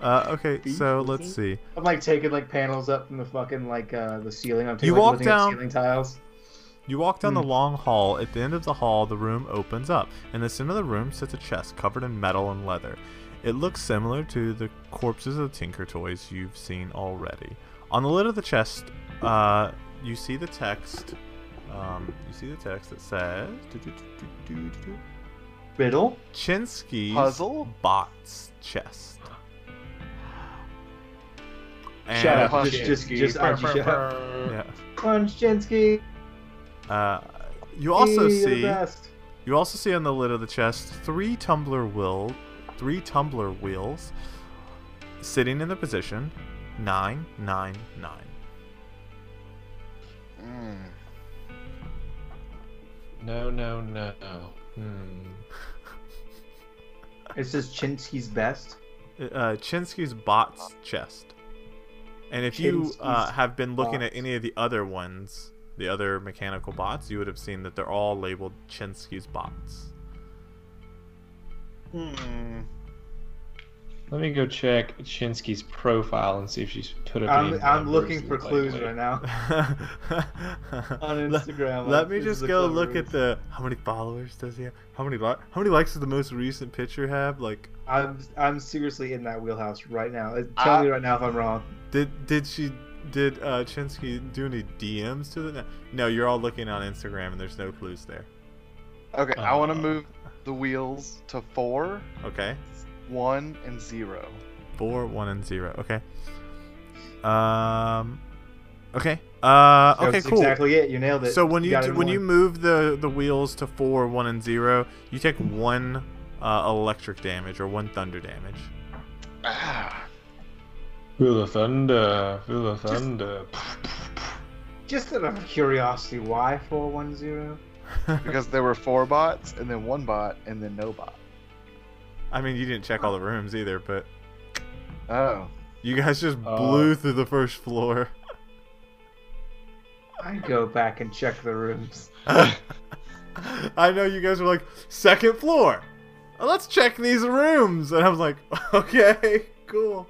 S1: Uh, okay,
S4: Beef
S1: so let's see.
S4: I'm like taking like panels up from the fucking like uh, the ceiling. I'm taking
S1: You
S4: like,
S1: walk
S4: looking at
S1: down-
S4: ceiling tiles.
S1: You walk down the
S4: Hmm.
S1: long hall. At the end of the hall, the room opens up. In the center of the room sits a chest covered in metal and leather. It looks similar to the corpses of the Tinker Toys you've seen already. On the lid of the chest, uh, you see the text. Um, you see the text that says
S4: Riddle.
S1: Chinsky's
S3: Puzzle?
S1: Bots Chest. And,
S4: Shut up.
S3: Punch
S4: Just, just, just,
S2: Brr,
S4: Archie,
S2: brr,
S4: shut up.
S2: brr.
S1: Yeah.
S4: Punch Jensky.
S1: Uh, you also
S4: you're the
S1: see.
S4: best.
S1: You also see on the lid of the chest three tumbler wheel, three tumbler wheels, sitting in the position nine nine nine.
S3: Mm.
S2: No, no, no. Hmm.
S4: It says Chinsky's best.
S1: Uh, Chinsky's bot's chest. And if you uh,
S4: Chinsky's
S1: have been looking at
S4: bots.
S1: any of the other ones, the other mechanical bots, you would have seen that they're all labeled Chinsky's bots.
S3: Hmm.
S2: Let me go check Shinsky's profile and see if she's put up. any
S4: I'm, I'm
S2: numbers
S4: looking for
S2: lately.
S4: clues right now on
S1: Let-
S4: Instagram.
S1: Let
S4: like,
S1: me
S4: this is
S1: just
S4: a
S1: go
S4: clever
S1: look at
S4: ruse.
S1: the how many followers does he have? How many li- how many likes does the most recent picture have? Like
S4: I'm I'm seriously in that wheelhouse right now. Uh, Tell
S3: I-
S4: me right now if I'm wrong.
S1: Did did she did uh Chinsky do any DMs to the No, you're all looking on Instagram and there's no clues there.
S3: Okay, I want
S2: Uh.
S3: to move the wheels to four,
S1: Okay.
S3: one, and zero.
S1: four, one, and zero. Okay. Um. Okay. Uh.
S4: That's
S1: Okay. Cool.
S4: exactly it. You nailed it.
S1: So when you,
S4: got
S1: do-
S4: it in
S1: when
S4: one.
S1: you move the the wheels to four, one, and zero, you take one uh, electric damage or one thunder damage.
S3: Ah,
S2: Feel the thunder. Feel the thunder.
S4: just out of curiosity, why four one zero?
S3: because there were four bots, and then one bot, and then no bot.
S1: I mean, you didn't check all the rooms either, but
S3: Oh,
S1: you guys just
S2: Uh,
S1: blew through the first floor.
S4: I go back and check the rooms.
S1: I know you guys were like second floor. Uh, Let's check these rooms, and I was like, okay, cool.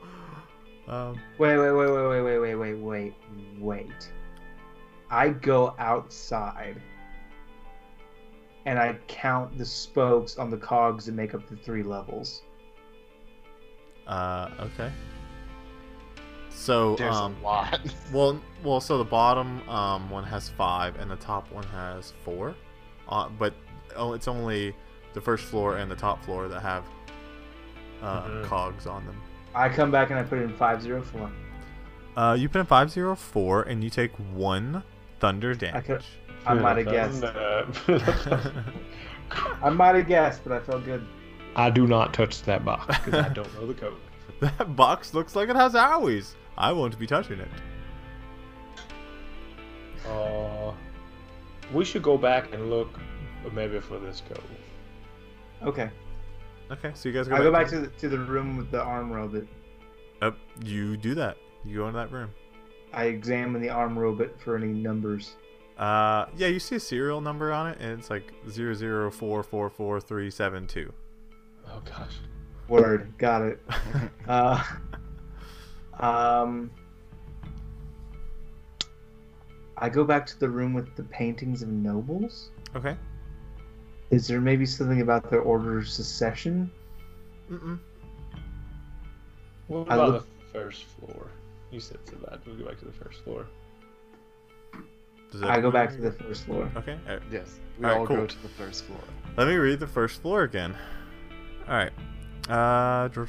S1: Um,
S4: Wait, wait, wait, wait, wait, wait, wait, wait, wait, wait. I go outside and I count the spokes on the cogs that make up the three levels.
S1: uh, okay. So,
S3: there's
S1: um,
S3: a lot.
S1: Well, well, so the bottom um, one has five, and the top one has four, uh, but oh, it's only the first floor and the top floor that have uh,
S3: Mm-hmm.
S2: Mhm.
S1: cogs on them.
S4: I come back and I put in five zero four.
S1: Uh, you put in five zero four, and you take one thunder damage.
S4: I
S2: Feel
S4: might
S2: the
S4: have guessed.
S2: thunder, feel the thunder.
S4: I might have guessed, but I felt good.
S2: I do not touch that box because I don't know the code.
S1: that box looks like it has owies. I won't be touching it.
S2: Uh, we should go back and look uh, maybe for this code.
S4: Okay.
S1: Okay, so you guys go
S4: I go
S1: back.
S4: back to the, to the room with the arm robot.
S1: uh, you do that. You go into that room.
S4: I examine the arm robot for any numbers.
S1: Uh, yeah, you see a serial number on it, and it's like zero zero four four four three seven two.
S2: Oh gosh.
S4: Word, got it. Uh, um, I go back to the room with the paintings of nobles.
S1: Okay.
S4: Is there maybe something about their order of secession?
S1: Mm-mm.
S2: What
S4: I
S2: about
S4: look-
S2: the first floor? You said to that. We go back to the first floor.
S1: Does
S4: I go
S1: everyone
S4: back to
S1: agree?
S4: the first floor.
S1: Okay. all right.
S3: yes, we
S1: All
S3: all,
S1: right, cool.
S3: go to the first floor.
S1: Let me read the first floor again. All right. Uh, dr-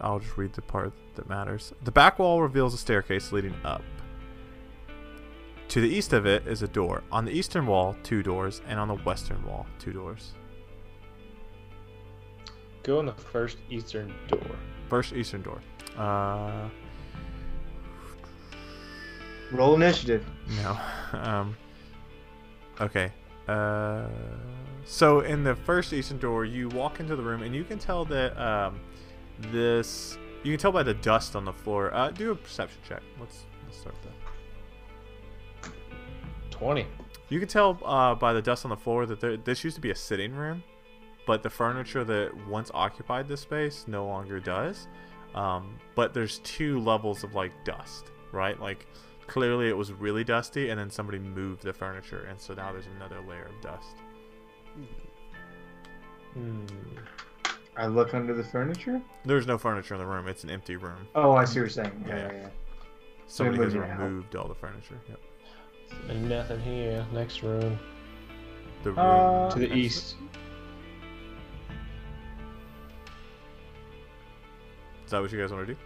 S1: I'll just read the part that matters. The back wall reveals a staircase leading up. To the east of it is a door. On the eastern wall, two doors, and on the western wall, two doors.
S2: Go in the first eastern door.
S1: First eastern door. Uh,
S4: Roll initiative.
S1: no. um. Okay. Uh. So in the first eastern door, you walk into the room, and you can tell that um, this. You can tell by the dust on the floor. Uh, do a perception check. Let's let's start with that.
S2: Twenty.
S1: You can tell uh, by the dust on the floor that there, this used to be a sitting room, but the furniture that once occupied this space no longer does. Um, but there's two levels of like dust, right? Like clearly it was really dusty, and then somebody moved the furniture, and so now there's another layer of dust.
S2: Hmm.
S4: I look under the furniture.
S1: There's no furniture in the room. It's an empty room.
S4: Oh, I see what you're saying. Yeah,
S1: Yeah.
S4: yeah, yeah.
S1: Somebody has
S4: moved it out.
S1: removed all the furniture. Yep.
S2: Ain't nothing here. Next room.
S1: The room
S4: Uh,
S2: To the
S1: next-
S2: east.
S1: Is that what you guys want to do?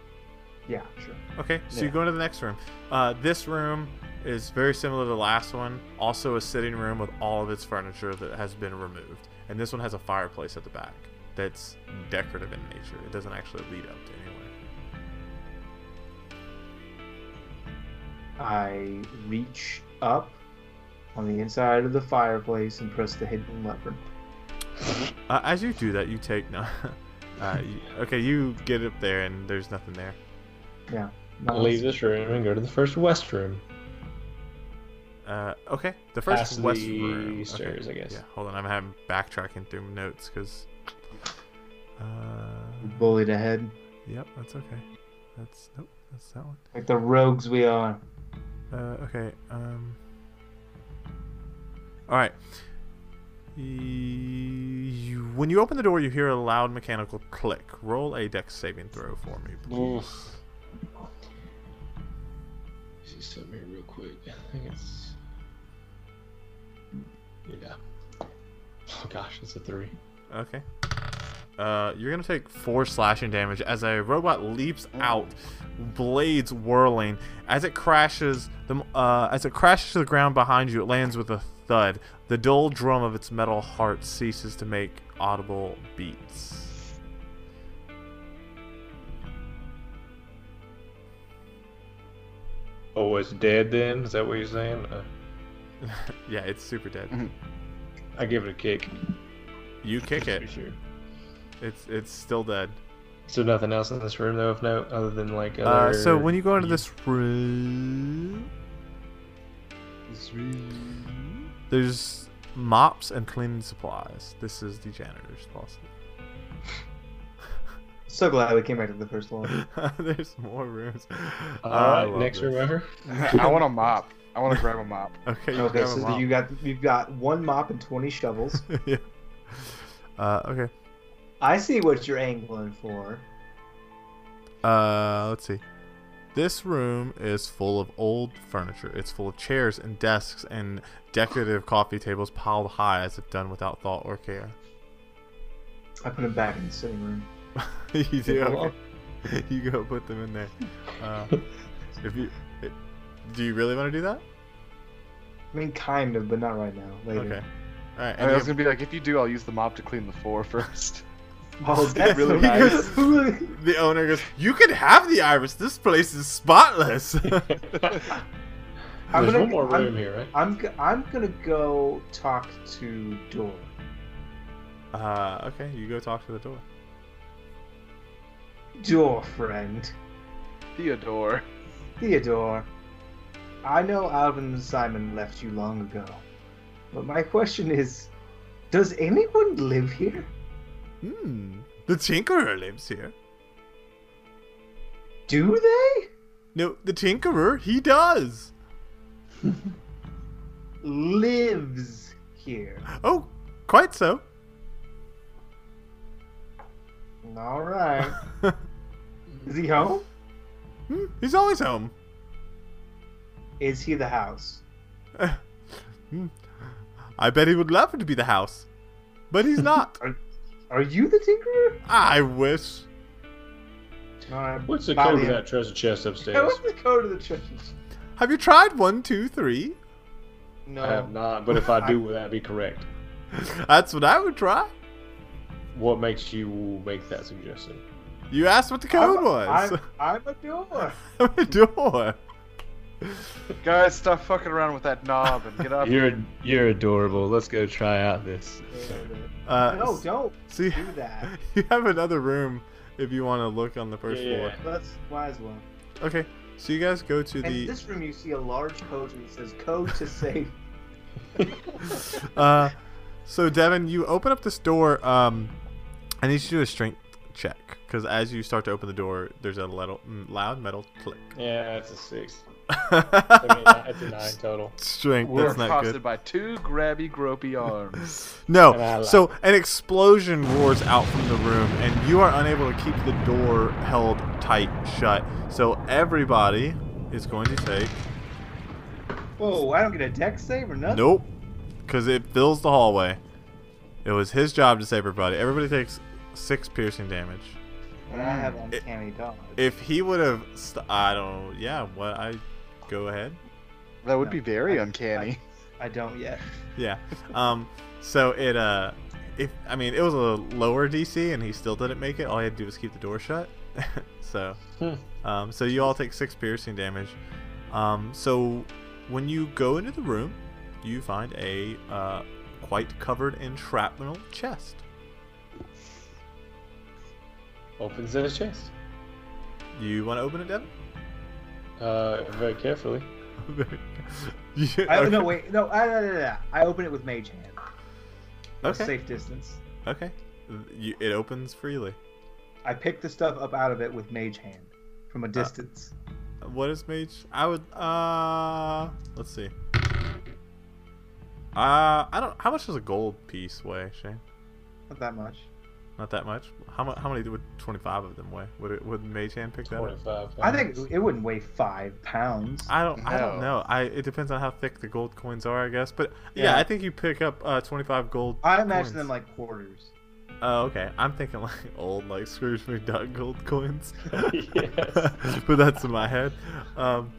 S4: Yeah, sure.
S1: Okay, so you
S3: Yeah.
S1: go into the next room. Uh, this room is very similar to the last one. Also, a sitting room with all of its furniture that has been removed, and this one has a fireplace at the back that's decorative in nature. It doesn't actually lead up to anywhere.
S4: I reach up on the inside of the fireplace and press the hidden lever.
S1: Uh, as you do that, you take no. Uh, you, okay, you get up there, and there's nothing there.
S4: Not
S2: Leave this room and go to the first west room.
S1: Uh, okay, the first
S2: Past
S1: west
S2: the
S1: room. Okay,
S2: stairs, I guess.
S1: Yeah, hold on. I'm having backtracking through notes because. Uh,
S4: bullied ahead.
S1: yep, that's okay. That's nope. That's that one.
S4: Like the rogues we are.
S1: Uh, okay. Um. All right. You, when you open the door, you hear a loud mechanical click. Roll a dex saving throw for me.
S2: Mm.
S1: please.
S2: See something here real quick. I think it's. Yeah. Oh gosh, it's a three.
S1: Okay. Uh, you're gonna take four slashing damage as a robot leaps out, blades whirling. As it crashes, the uh, as it crashes to the ground behind you, it lands with a thud. The dull drum of its metal heart ceases to make audible beats.
S2: Oh, it's dead then? Is that what you're saying? Uh,
S1: Yeah, it's super dead.
S2: I give it a kick.
S1: You kick
S2: just to be
S1: it.
S2: sure.
S1: It's it's still dead.
S2: So nothing else in this room though, if no, other than like.
S1: Uh,
S2: Other...
S1: so when you go into this room, there's mops and cleaning supplies. This is the janitor's closet.
S4: So glad we came back to the first one.
S1: there's more rooms. I
S2: All right,
S1: love
S2: Uh, next room
S1: this.
S2: over.
S3: I want a mop. I want to grab a mop.
S1: Okay,
S2: Oh,
S1: you
S4: Okay,
S1: grab a
S4: so
S1: mop.
S4: you got you've got one mop and twenty shovels.
S1: yeah. Uh, okay.
S4: I see what you're angling for.
S1: Uh, let's see. This room is full of old furniture. It's full of chairs and desks and decorative coffee tables piled high as if done without thought or care.
S4: I put him back in the sitting room.
S1: you do.
S2: Hello?
S1: Okay. you go put them in there. Uh, if you, it, do you really want to do that?
S4: I mean, kind of, but not right now. Later.
S1: Okay. All right.
S3: I
S1: And
S3: was
S1: you,
S3: gonna be like, if you do, I'll use the mop to clean the floor first.
S4: Oh, that's
S3: Really
S4: nice.
S1: the owner goes, "You can have the iris. This place is spotless."
S4: I'm
S2: There's
S4: gonna-
S2: one more
S4: I'm-
S2: room here, right?
S4: I'm g- I'm gonna go talk to Dora.
S1: uh, okay. You go talk to the door.
S4: Door friend,
S3: Theodore.
S4: Theodore. I know Alvin and Simon left you long ago, but my question is, does anyone live here?
S1: Hmm. The Tinkerer lives here.
S4: Do they?
S1: No, the Tinkerer. He does.
S4: Lives here.
S1: Oh, quite so.
S4: All right.
S1: hmm,
S4: Is he home?
S1: he's always home.
S4: Is he the house?
S1: Hmm. I bet he would love to be the house, but he's not.
S4: Are you the Tinkerer?
S1: I wish.
S4: All right.
S2: What's the
S4: bye
S2: code of
S4: then.
S2: that treasure chest
S4: Yeah,
S2: upstairs?
S4: What's the code of the church?
S1: Have you tried one, two, three?
S4: No.
S2: I have not, but if I do, would that be correct?
S1: That's what I would try.
S2: What makes you make that suggestion?
S1: You asked what the
S4: I'm-
S1: code was.
S4: I'm, I'm a door.
S1: I'm a door.
S3: Guys, stop fucking around with that knob and get up.
S2: You're you're adorable. Let's go try out this.
S1: Uh,
S4: No, don't
S1: so you,
S4: do that.
S1: you have another room if you want to look on the first
S2: Yeah,
S1: floor.
S2: yeah.
S4: That's wise one.
S1: Okay, so you guys go to
S4: In
S1: the.
S4: this room, you see a large code that says "Code to Save."
S1: Uh, so Devin, you open up this door. Um, I need you to do a strength check because as you start to open the door, there's a little, mm, loud metal click.
S2: Yeah, that's a six. I mean, that's a nine
S1: Strength.
S2: total.
S3: We're
S1: that's not
S3: accosted
S1: good.
S3: by two grabby, gropey arms.
S2: And I
S1: No.
S2: laugh.
S1: So an explosion roars out from the room, and you are unable to keep the door held tight shut. So everybody is going to take
S4: Whoa! I don't get a deck save or nothing.
S1: nope, because it fills the hallway. It was his job to save everybody. Everybody takes six piercing damage.
S4: And I have
S1: Mm.
S4: uncanny dodge.
S1: If he would have, st- I don't. Yeah. What I go ahead.
S3: That would
S4: No,
S3: be very
S4: I-
S3: uncanny.
S4: I don't yet.
S1: Yeah. Um. So it uh, if I mean it was a lower DC and he still didn't make it. All he had to do was keep the door shut. so,
S2: Hmm.
S1: um. So you all take six piercing damage. Um. So when you go into the room, you find a uh, quite covered in shrapnel chest.
S2: Opens the chest.
S1: You want to open it, Devin?
S2: Uh, very carefully.
S1: You-
S4: I,
S1: okay.
S4: No, wait. No, I, no, no, no, no. I open it with mage hand. A
S1: Okay.
S4: Safe distance.
S1: Okay. You, it opens freely.
S4: I pick the stuff up out of it with mage hand from a
S1: Uh,
S4: distance.
S1: What is mage? I would uh let's see. Uh I don't how much does a gold piece weigh, Shane?
S4: Not that much.
S1: Not that much. How much how many would 25 of them weigh? Would it, would mage hand pick that up?
S2: Twenty-five.
S4: I think
S2: pounds.
S4: it wouldn't weigh five pounds.
S1: I don't I don't
S3: No.
S1: know. I it depends on how thick the gold coins are, I guess. But yeah,
S4: Yeah.
S1: I think you pick up uh 25 gold
S4: I imagine
S1: coins.
S4: them like quarters.
S1: Oh, okay. I'm thinking like old, like Scrooge McDuck gold coins.
S2: Yes.
S1: but that's in my head. Um,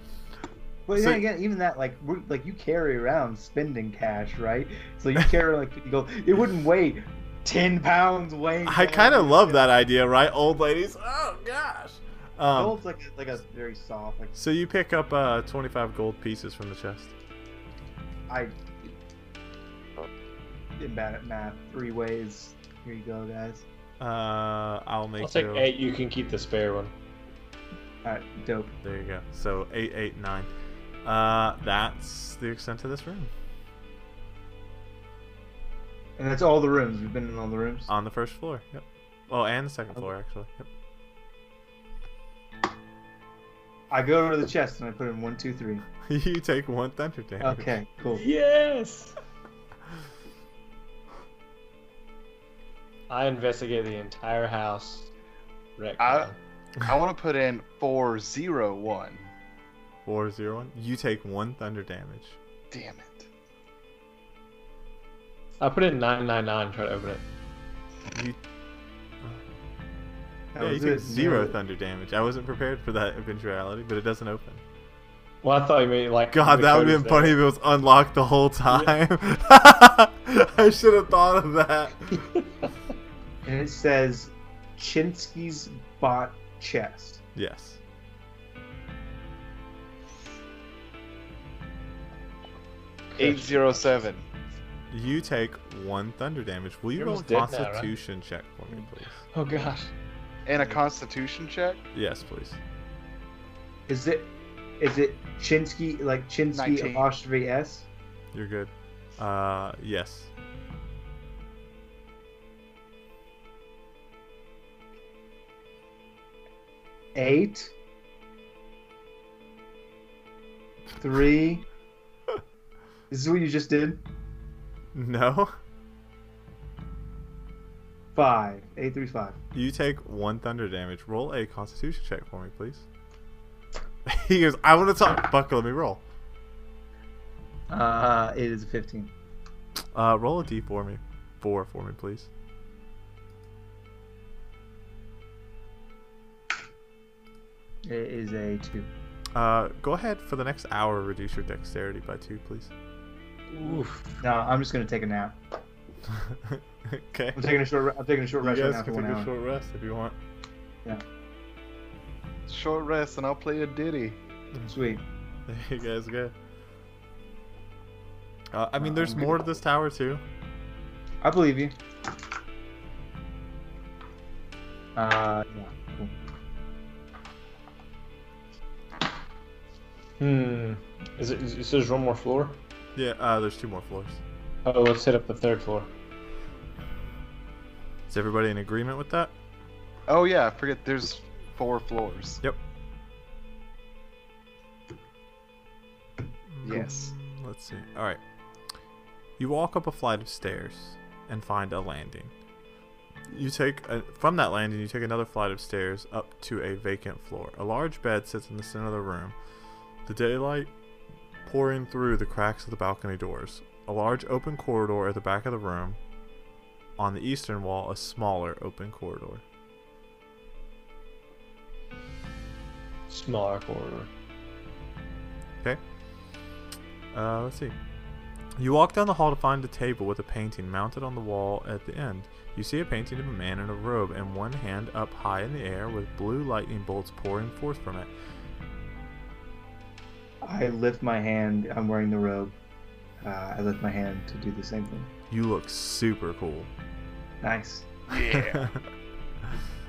S4: But
S1: So-
S4: then again, even that, like, we're, like you carry around spending cash, right? So you carry like you go. It wouldn't weigh ten pounds weighing.
S1: I kind of love that idea, right? Old ladies. Oh gosh. Um,
S4: Gold's like like a very soft. Like
S1: so you pick up uh, 25 gold pieces from the chest.
S4: I did bad at math three ways. Here you go, guys.
S1: Uh, I'll make
S2: I'll take
S1: you.
S2: eight. You can keep the spare one.
S4: All right, dope.
S1: There you go. So eight, eight, nine. Uh, that's the extent of this room.
S4: And that's all the rooms. We've been in all the rooms.
S1: On the first floor. Yep. Well, and the second
S4: Okay.
S1: floor actually. Yep.
S4: I go over to the chest and I put in one, two, three.
S1: you take one thunder damage.
S4: Okay, cool.
S2: Yes. I investigate the entire house. Wreck.
S3: I I want to put in four zero one.
S1: Four zero one. You take one thunder damage.
S3: Damn it!
S2: I put in nine nine nine. Try to open it.
S1: You
S4: That
S1: Yeah, you
S4: was
S1: took
S4: it.
S1: zero
S4: No.
S1: thunder damage. I wasn't prepared for that eventuality, but it doesn't open.
S2: Well, I thought you meant like.
S1: God,
S2: the
S1: that would
S2: code
S1: have
S2: is
S1: been funny
S2: there.
S1: if it was unlocked the whole time. I should have thought of that.
S4: And it says Chinsky's bot chest.
S1: Yes.
S3: Eight zero seven.
S1: You take one thunder damage. Will you
S2: You're
S1: roll a
S2: almost dead now, right?
S1: constitution check for me, please?
S2: Oh gosh.
S3: And a Constitution check.
S1: Yes, please.
S4: Is it? Is it Chinsky like Chinsky
S3: 19.
S4: apostrophe s?
S1: You're good. Uh, yes.
S4: Eight. Three. this is what you just did.
S1: No?
S4: Five. Eight three five.
S1: You take one thunder damage. Roll a constitution check for me, please. He goes, I want to talk. Buck, let me roll.
S4: Uh, it is a fifteen.
S1: Uh, roll a d for me. Four for me, please.
S4: It is a two.
S1: Uh, go ahead for the next hour. Reduce your dexterity by two, please.
S2: Oof.
S4: No, I'm just gonna take a nap.
S1: okay.
S4: I'm taking a short. I'm taking a short
S1: You
S4: rest right
S1: guys
S4: now for
S1: can
S4: one
S1: take
S4: hour.
S1: a short rest if you want.
S3: Short rest, and I'll play a ditty.
S4: Sweet.
S1: There you guys go. Uh, I mean,
S4: Uh,
S1: there's
S4: I'm
S1: more to this tower too.
S4: I believe you. Uh, yeah, cool.
S2: Hmm. Is it? Is, is there's one more floor?
S1: Yeah, uh, there's two more floors.
S2: Oh, let's hit up the third floor.
S1: Is everybody in agreement with that?
S3: Oh yeah, I forget. There's four floors.
S1: Yep.
S3: Yes.
S1: Let's see. All right. You walk up a flight of stairs and find a landing. You take a, from that landing, you take another flight of stairs up to a vacant floor. A large bed sits in the center of the room. The daylight pouring through the cracks of the balcony doors. A large open corridor at the back of the room. On the eastern wall, a smaller open corridor.
S2: Smaller corridor.
S1: Uh, let's see. You walk down the hall to find a table with a painting mounted on the wall at the end. You see a painting of a man in a robe and one hand up high in the air with blue lightning bolts pouring forth from it.
S4: I lift my hand. I'm wearing the robe. Uh, I lift my hand to do the same thing.
S1: You look super cool.
S4: Nice,
S1: Yeah.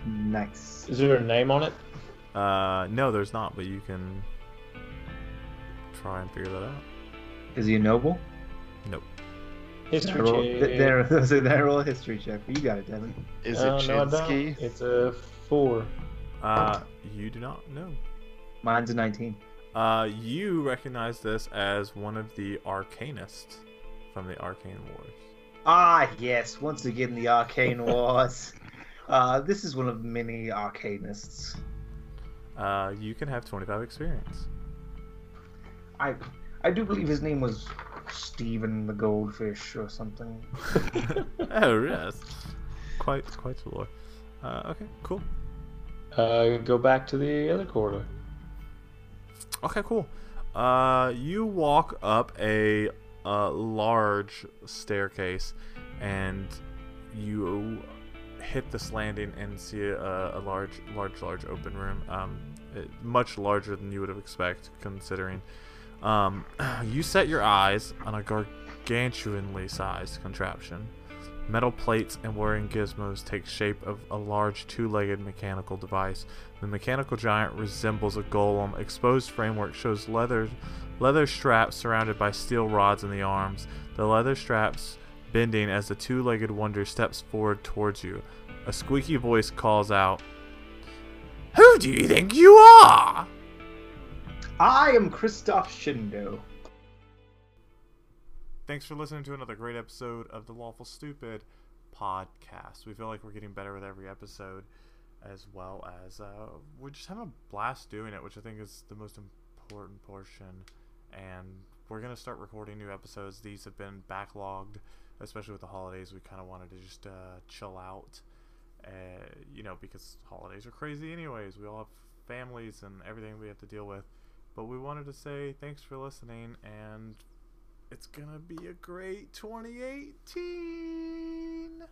S4: nice.
S2: Is there a name on it?
S1: uh, no, there's not, but you can try and figure that out.
S4: Is he a noble?
S2: History
S4: Roll-
S2: check.
S4: th- There, so there. Roll a history check. You got it, Devin.
S3: Is
S2: Oh,
S3: it
S2: no, I don't.
S3: Chinsky?
S2: It's a four.
S1: Uh, you do not know.
S4: Mine's a 19.
S1: Uh, you recognize this as one of the Arcanists from the Arcane Wars.
S4: Ah, yes. Once again, the arcane wars. Uh, this is one of many arcanists.
S1: Uh, you can have 25 experience.
S4: I, I do believe his name was Stephen the Goldfish or something.
S1: Oh yes. quite quite the lore. Uh, okay, cool.
S2: Uh, go back to the other corridor.
S1: Okay, cool. Uh, you walk up a, a large staircase, and you hit this landing and see a, a large, large, large open room. Um, it, much larger than you would have expected, considering. Um, you set your eyes on a gargantuanly sized contraption. Metal plates and whirring gizmos take shape of a large two-legged mechanical device. The mechanical giant resembles a golem. Exposed framework shows leather leather straps surrounded by steel rods in the arms. The leather straps bending as the two-legged wonder steps forward towards you. A squeaky voice calls out, "Who do you think you are?"
S4: I am Christoph Shindo.
S1: Thanks for listening to another great episode of the Lawful Stupid podcast. We feel like we're getting better with every episode, as well as uh, we're just having a blast doing it, which I think is the most important portion. And we're going to start recording new episodes. These have been backlogged, especially with the holidays. We kind of wanted to just uh, chill out, uh, you know, because holidays are crazy, anyways. We all have families and everything we have to deal with. But we wanted to say thanks for listening and it's gonna be a great 2018.